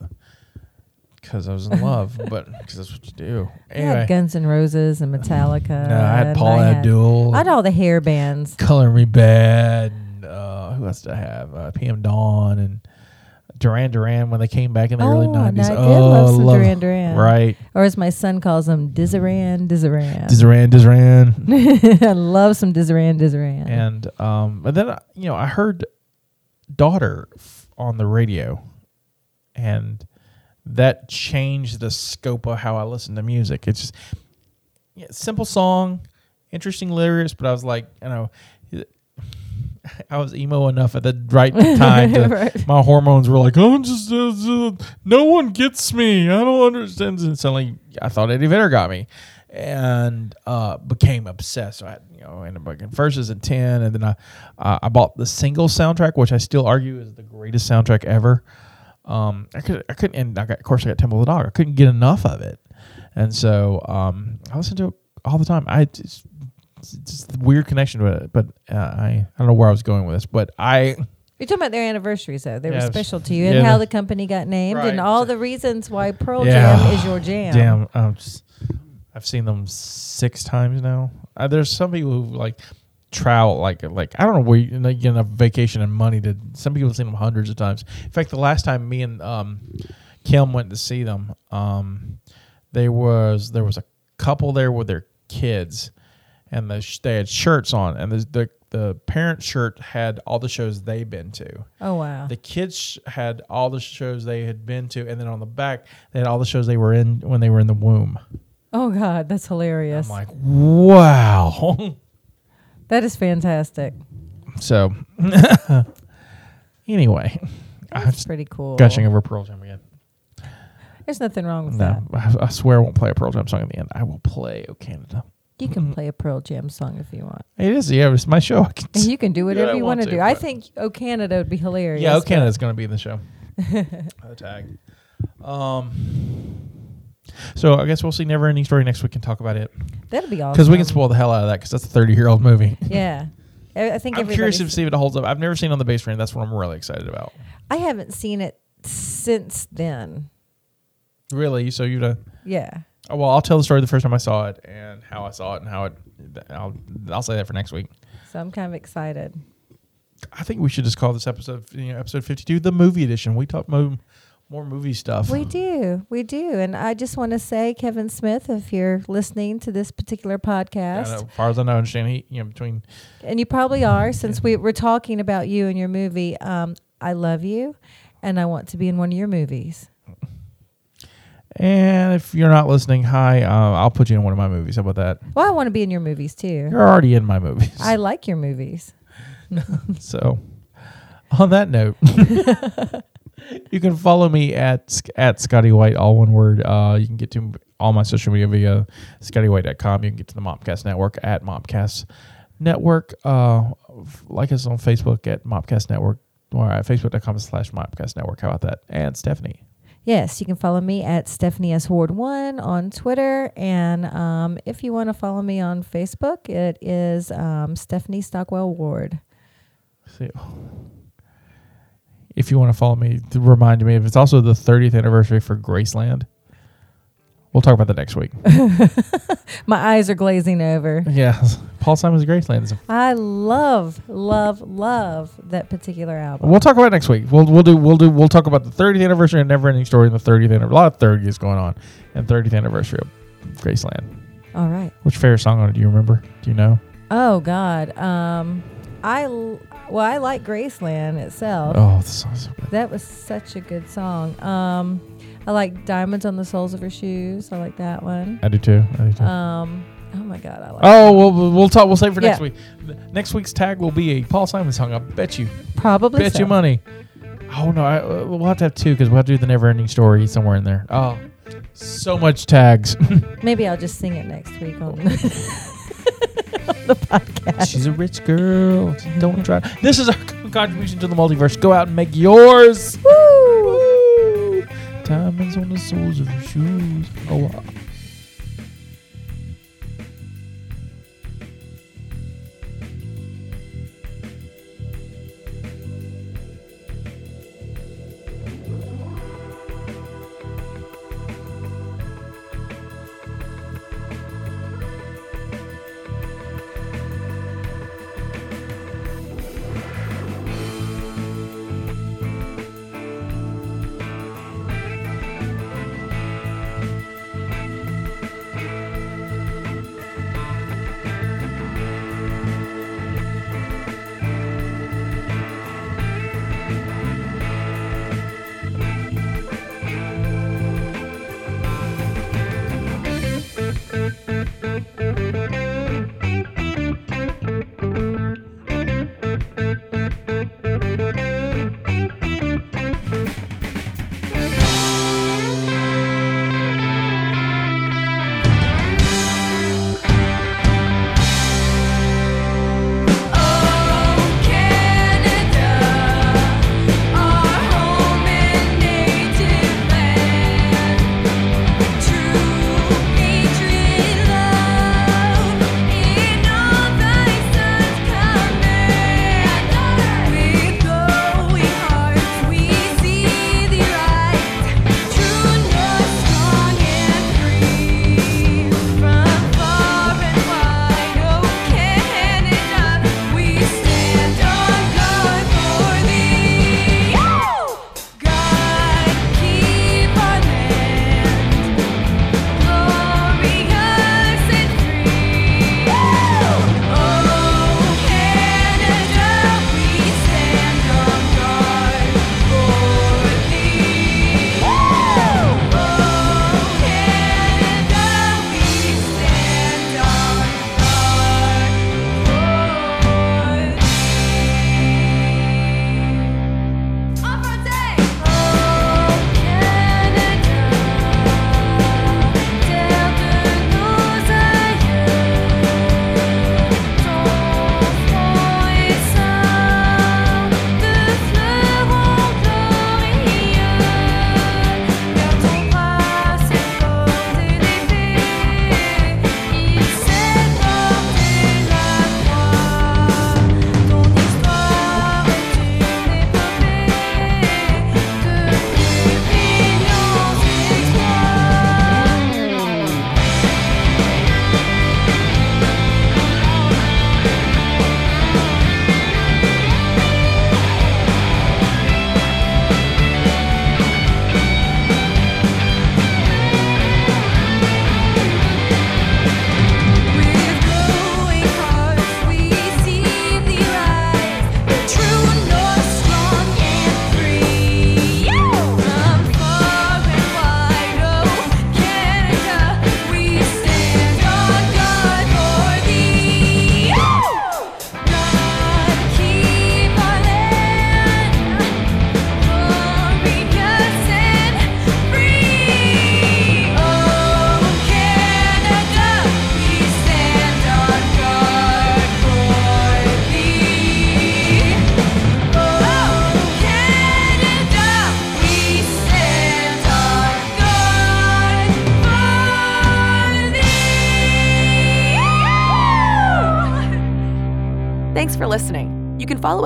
S3: because I was in love, but because that's what you do.
S4: I
S3: Anyway,
S4: had Guns N' Roses and Metallica.
S3: no, I had
S4: and
S3: Paul
S4: I had-
S3: Abdul.
S4: I had all the hair bands.
S3: Color Me Bad. And, uh, who else did I have? Uh, PM Dawn and Duran Duran when they came back in the early
S4: Oh, and I
S3: nineties. Oh,
S4: did love some Duran Duran.
S3: Right,
S4: Or as my son calls them, Dizaran, Dizaran.
S3: Duran Duran.
S4: I love some Dizaran, Dizaran.
S3: and um, but then uh, you know I heard Daughter f- on the radio, and that changed the scope of how I listen to music. It's just yeah, simple song, interesting lyrics, but I was like, you know. I was emo enough at the right time. To,
S4: Right.
S3: My hormones were like, oh, just, uh, uh, no one gets me. I don't understand. And suddenly, I thought Eddie Vedder got me, and uh, became obsessed. So I, you know, ended up buying verses at ten, and then I, uh, I bought the single soundtrack, which I still argue is the greatest soundtrack ever. Um, I could, I couldn't, and I got, of course, I got Temple of the Dog. I couldn't get enough of it, and so um, I listened to it all the time. I just it's just a weird connection with it, but uh, I I don't know where I was going with this, but I
S4: You're talking about their anniversaries, though. They
S3: Yeah,
S4: were
S3: it's-
S4: special to you and
S3: yeah,
S4: how
S3: the-
S4: the company got named
S3: Right.
S4: and all the reasons why Pearl
S3: Yeah.
S4: Jam is your jam.
S3: damn I'm just, I've seen them six times now. Uh, there's some people who like travel like like I don't know where you like, get enough vacation and money to. Some people have seen them hundreds of times. In fact, the last time me and um, Kim went to see them, um, there was there was a couple there with their kids, and the sh- they had shirts on, and the the the parent shirt had all the shows they've been to.
S4: Oh, wow.
S3: The kids had all the shows they had been to, and then on the back they had all the shows they were in when they were in the womb.
S4: Oh, God. That's hilarious.
S3: I'm like, wow.
S4: That is fantastic.
S3: so, anyway, I'm
S4: That's pretty cool.
S3: gushing over Pearl Jam again.
S4: There's nothing wrong with that.
S3: No, I, I swear I won't play a Pearl Jam song at the end. I will play "O Canada."
S4: You can play a Pearl Jam song if you want.
S3: It is, yeah, it's my show. I can
S4: And you can do whatever
S3: I
S4: you
S3: want
S4: want to
S3: to,
S4: do. I
S3: but-
S4: think Oh Canada would be hilarious.
S3: yeah, "O
S4: but-
S3: Canada" is going to be in the show. the tag. Um, So I guess we'll see Never Ending Story next week and talk about it
S4: That'll be awesome.
S3: because we can spoil the hell out of that because that's a 30 year old movie.
S4: Yeah. I I think
S3: I'm curious to
S4: everybody's-
S3: see if it holds up. I've never seen it on the base screen. That's what I'm really excited about.
S4: I haven't seen it since then.
S3: Really? So you done?
S4: Yeah.
S3: Oh, well, I'll tell the story the first time I saw it and how I saw it and how it. I'll I'll say that for next week.
S4: So I'm kind of excited.
S3: I think we should just call this episode you know, episode 52 the movie edition. We talk mo- more movie stuff.
S4: We do. We do. And I just want to say, Kevin Smith, if you're listening to this particular
S3: I
S4: podcast,
S3: know, as far as I know, I understand he you know between
S4: and you probably are since we, we're talking about you and your movie, um, I love you and I want to be in one of your movies.
S3: and if you're not listening, hi, uh, I'll put you in one of my movies. How about that?
S4: Well, I want to be in your movies too.
S3: You're already in my movies.
S4: I like your movies.
S3: So, on that note, you can follow me at Sc- at Scotty White, all one word. Uh, you can get to all my social media via scottywhite.com. You can get to the Mopcast Network at Mopcast Network. Uh, f- like us on Facebook at Mopcast Network or at facebook.com slash Mopcast Network. How about that? And Stephanie.
S4: Yes, you can follow me at Stephanie S. Ward 1 on Twitter. And um, if you want to follow me on Facebook, it is um, Stephanie Stockwell Ward.
S3: See- If you want to follow me, th- remind me if it's also the 30th anniversary for Graceland. We'll talk about that next week.
S4: My eyes are glazing over.
S3: yeah. Paul Simon's Graceland is a
S4: I love, love, love that particular album.
S3: We'll talk about it next week. We'll we'll do we'll do we'll talk about the 30th anniversary and never ending story and the 30th anniversary. A lot of 30s going on and 30th anniversary of Graceland.
S4: All right.
S3: Which favorite song on it do you remember? Do you know?
S4: Oh God. Um, I l- well, I like Graceland itself.
S3: Oh, this song's so good.
S4: That was such a good song. Um, I like Diamonds on the Soles of Her Shoes. I like that one.
S3: I do too. I do too.
S4: Um, oh my God, I like.
S3: oh, we'll- we'll we'll talk. We'll save for next
S4: Yeah.
S3: week. Next week's tag will be a Paul Simon song. I bet you,
S4: probably.
S3: bet
S4: so.
S3: you money. Oh no, I, uh, we'll have to have two because we'll have to do the never ending story somewhere in there. Oh, so much tags.
S4: Maybe I'll just sing it next week on, on the podcast.
S3: She's a rich girl. Don't try. This is our contribution to the multiverse. Go out and make yours. Woo! Diamonds on the soles of your shoes. Oh, wow.
S2: Thanks for listening. You can follow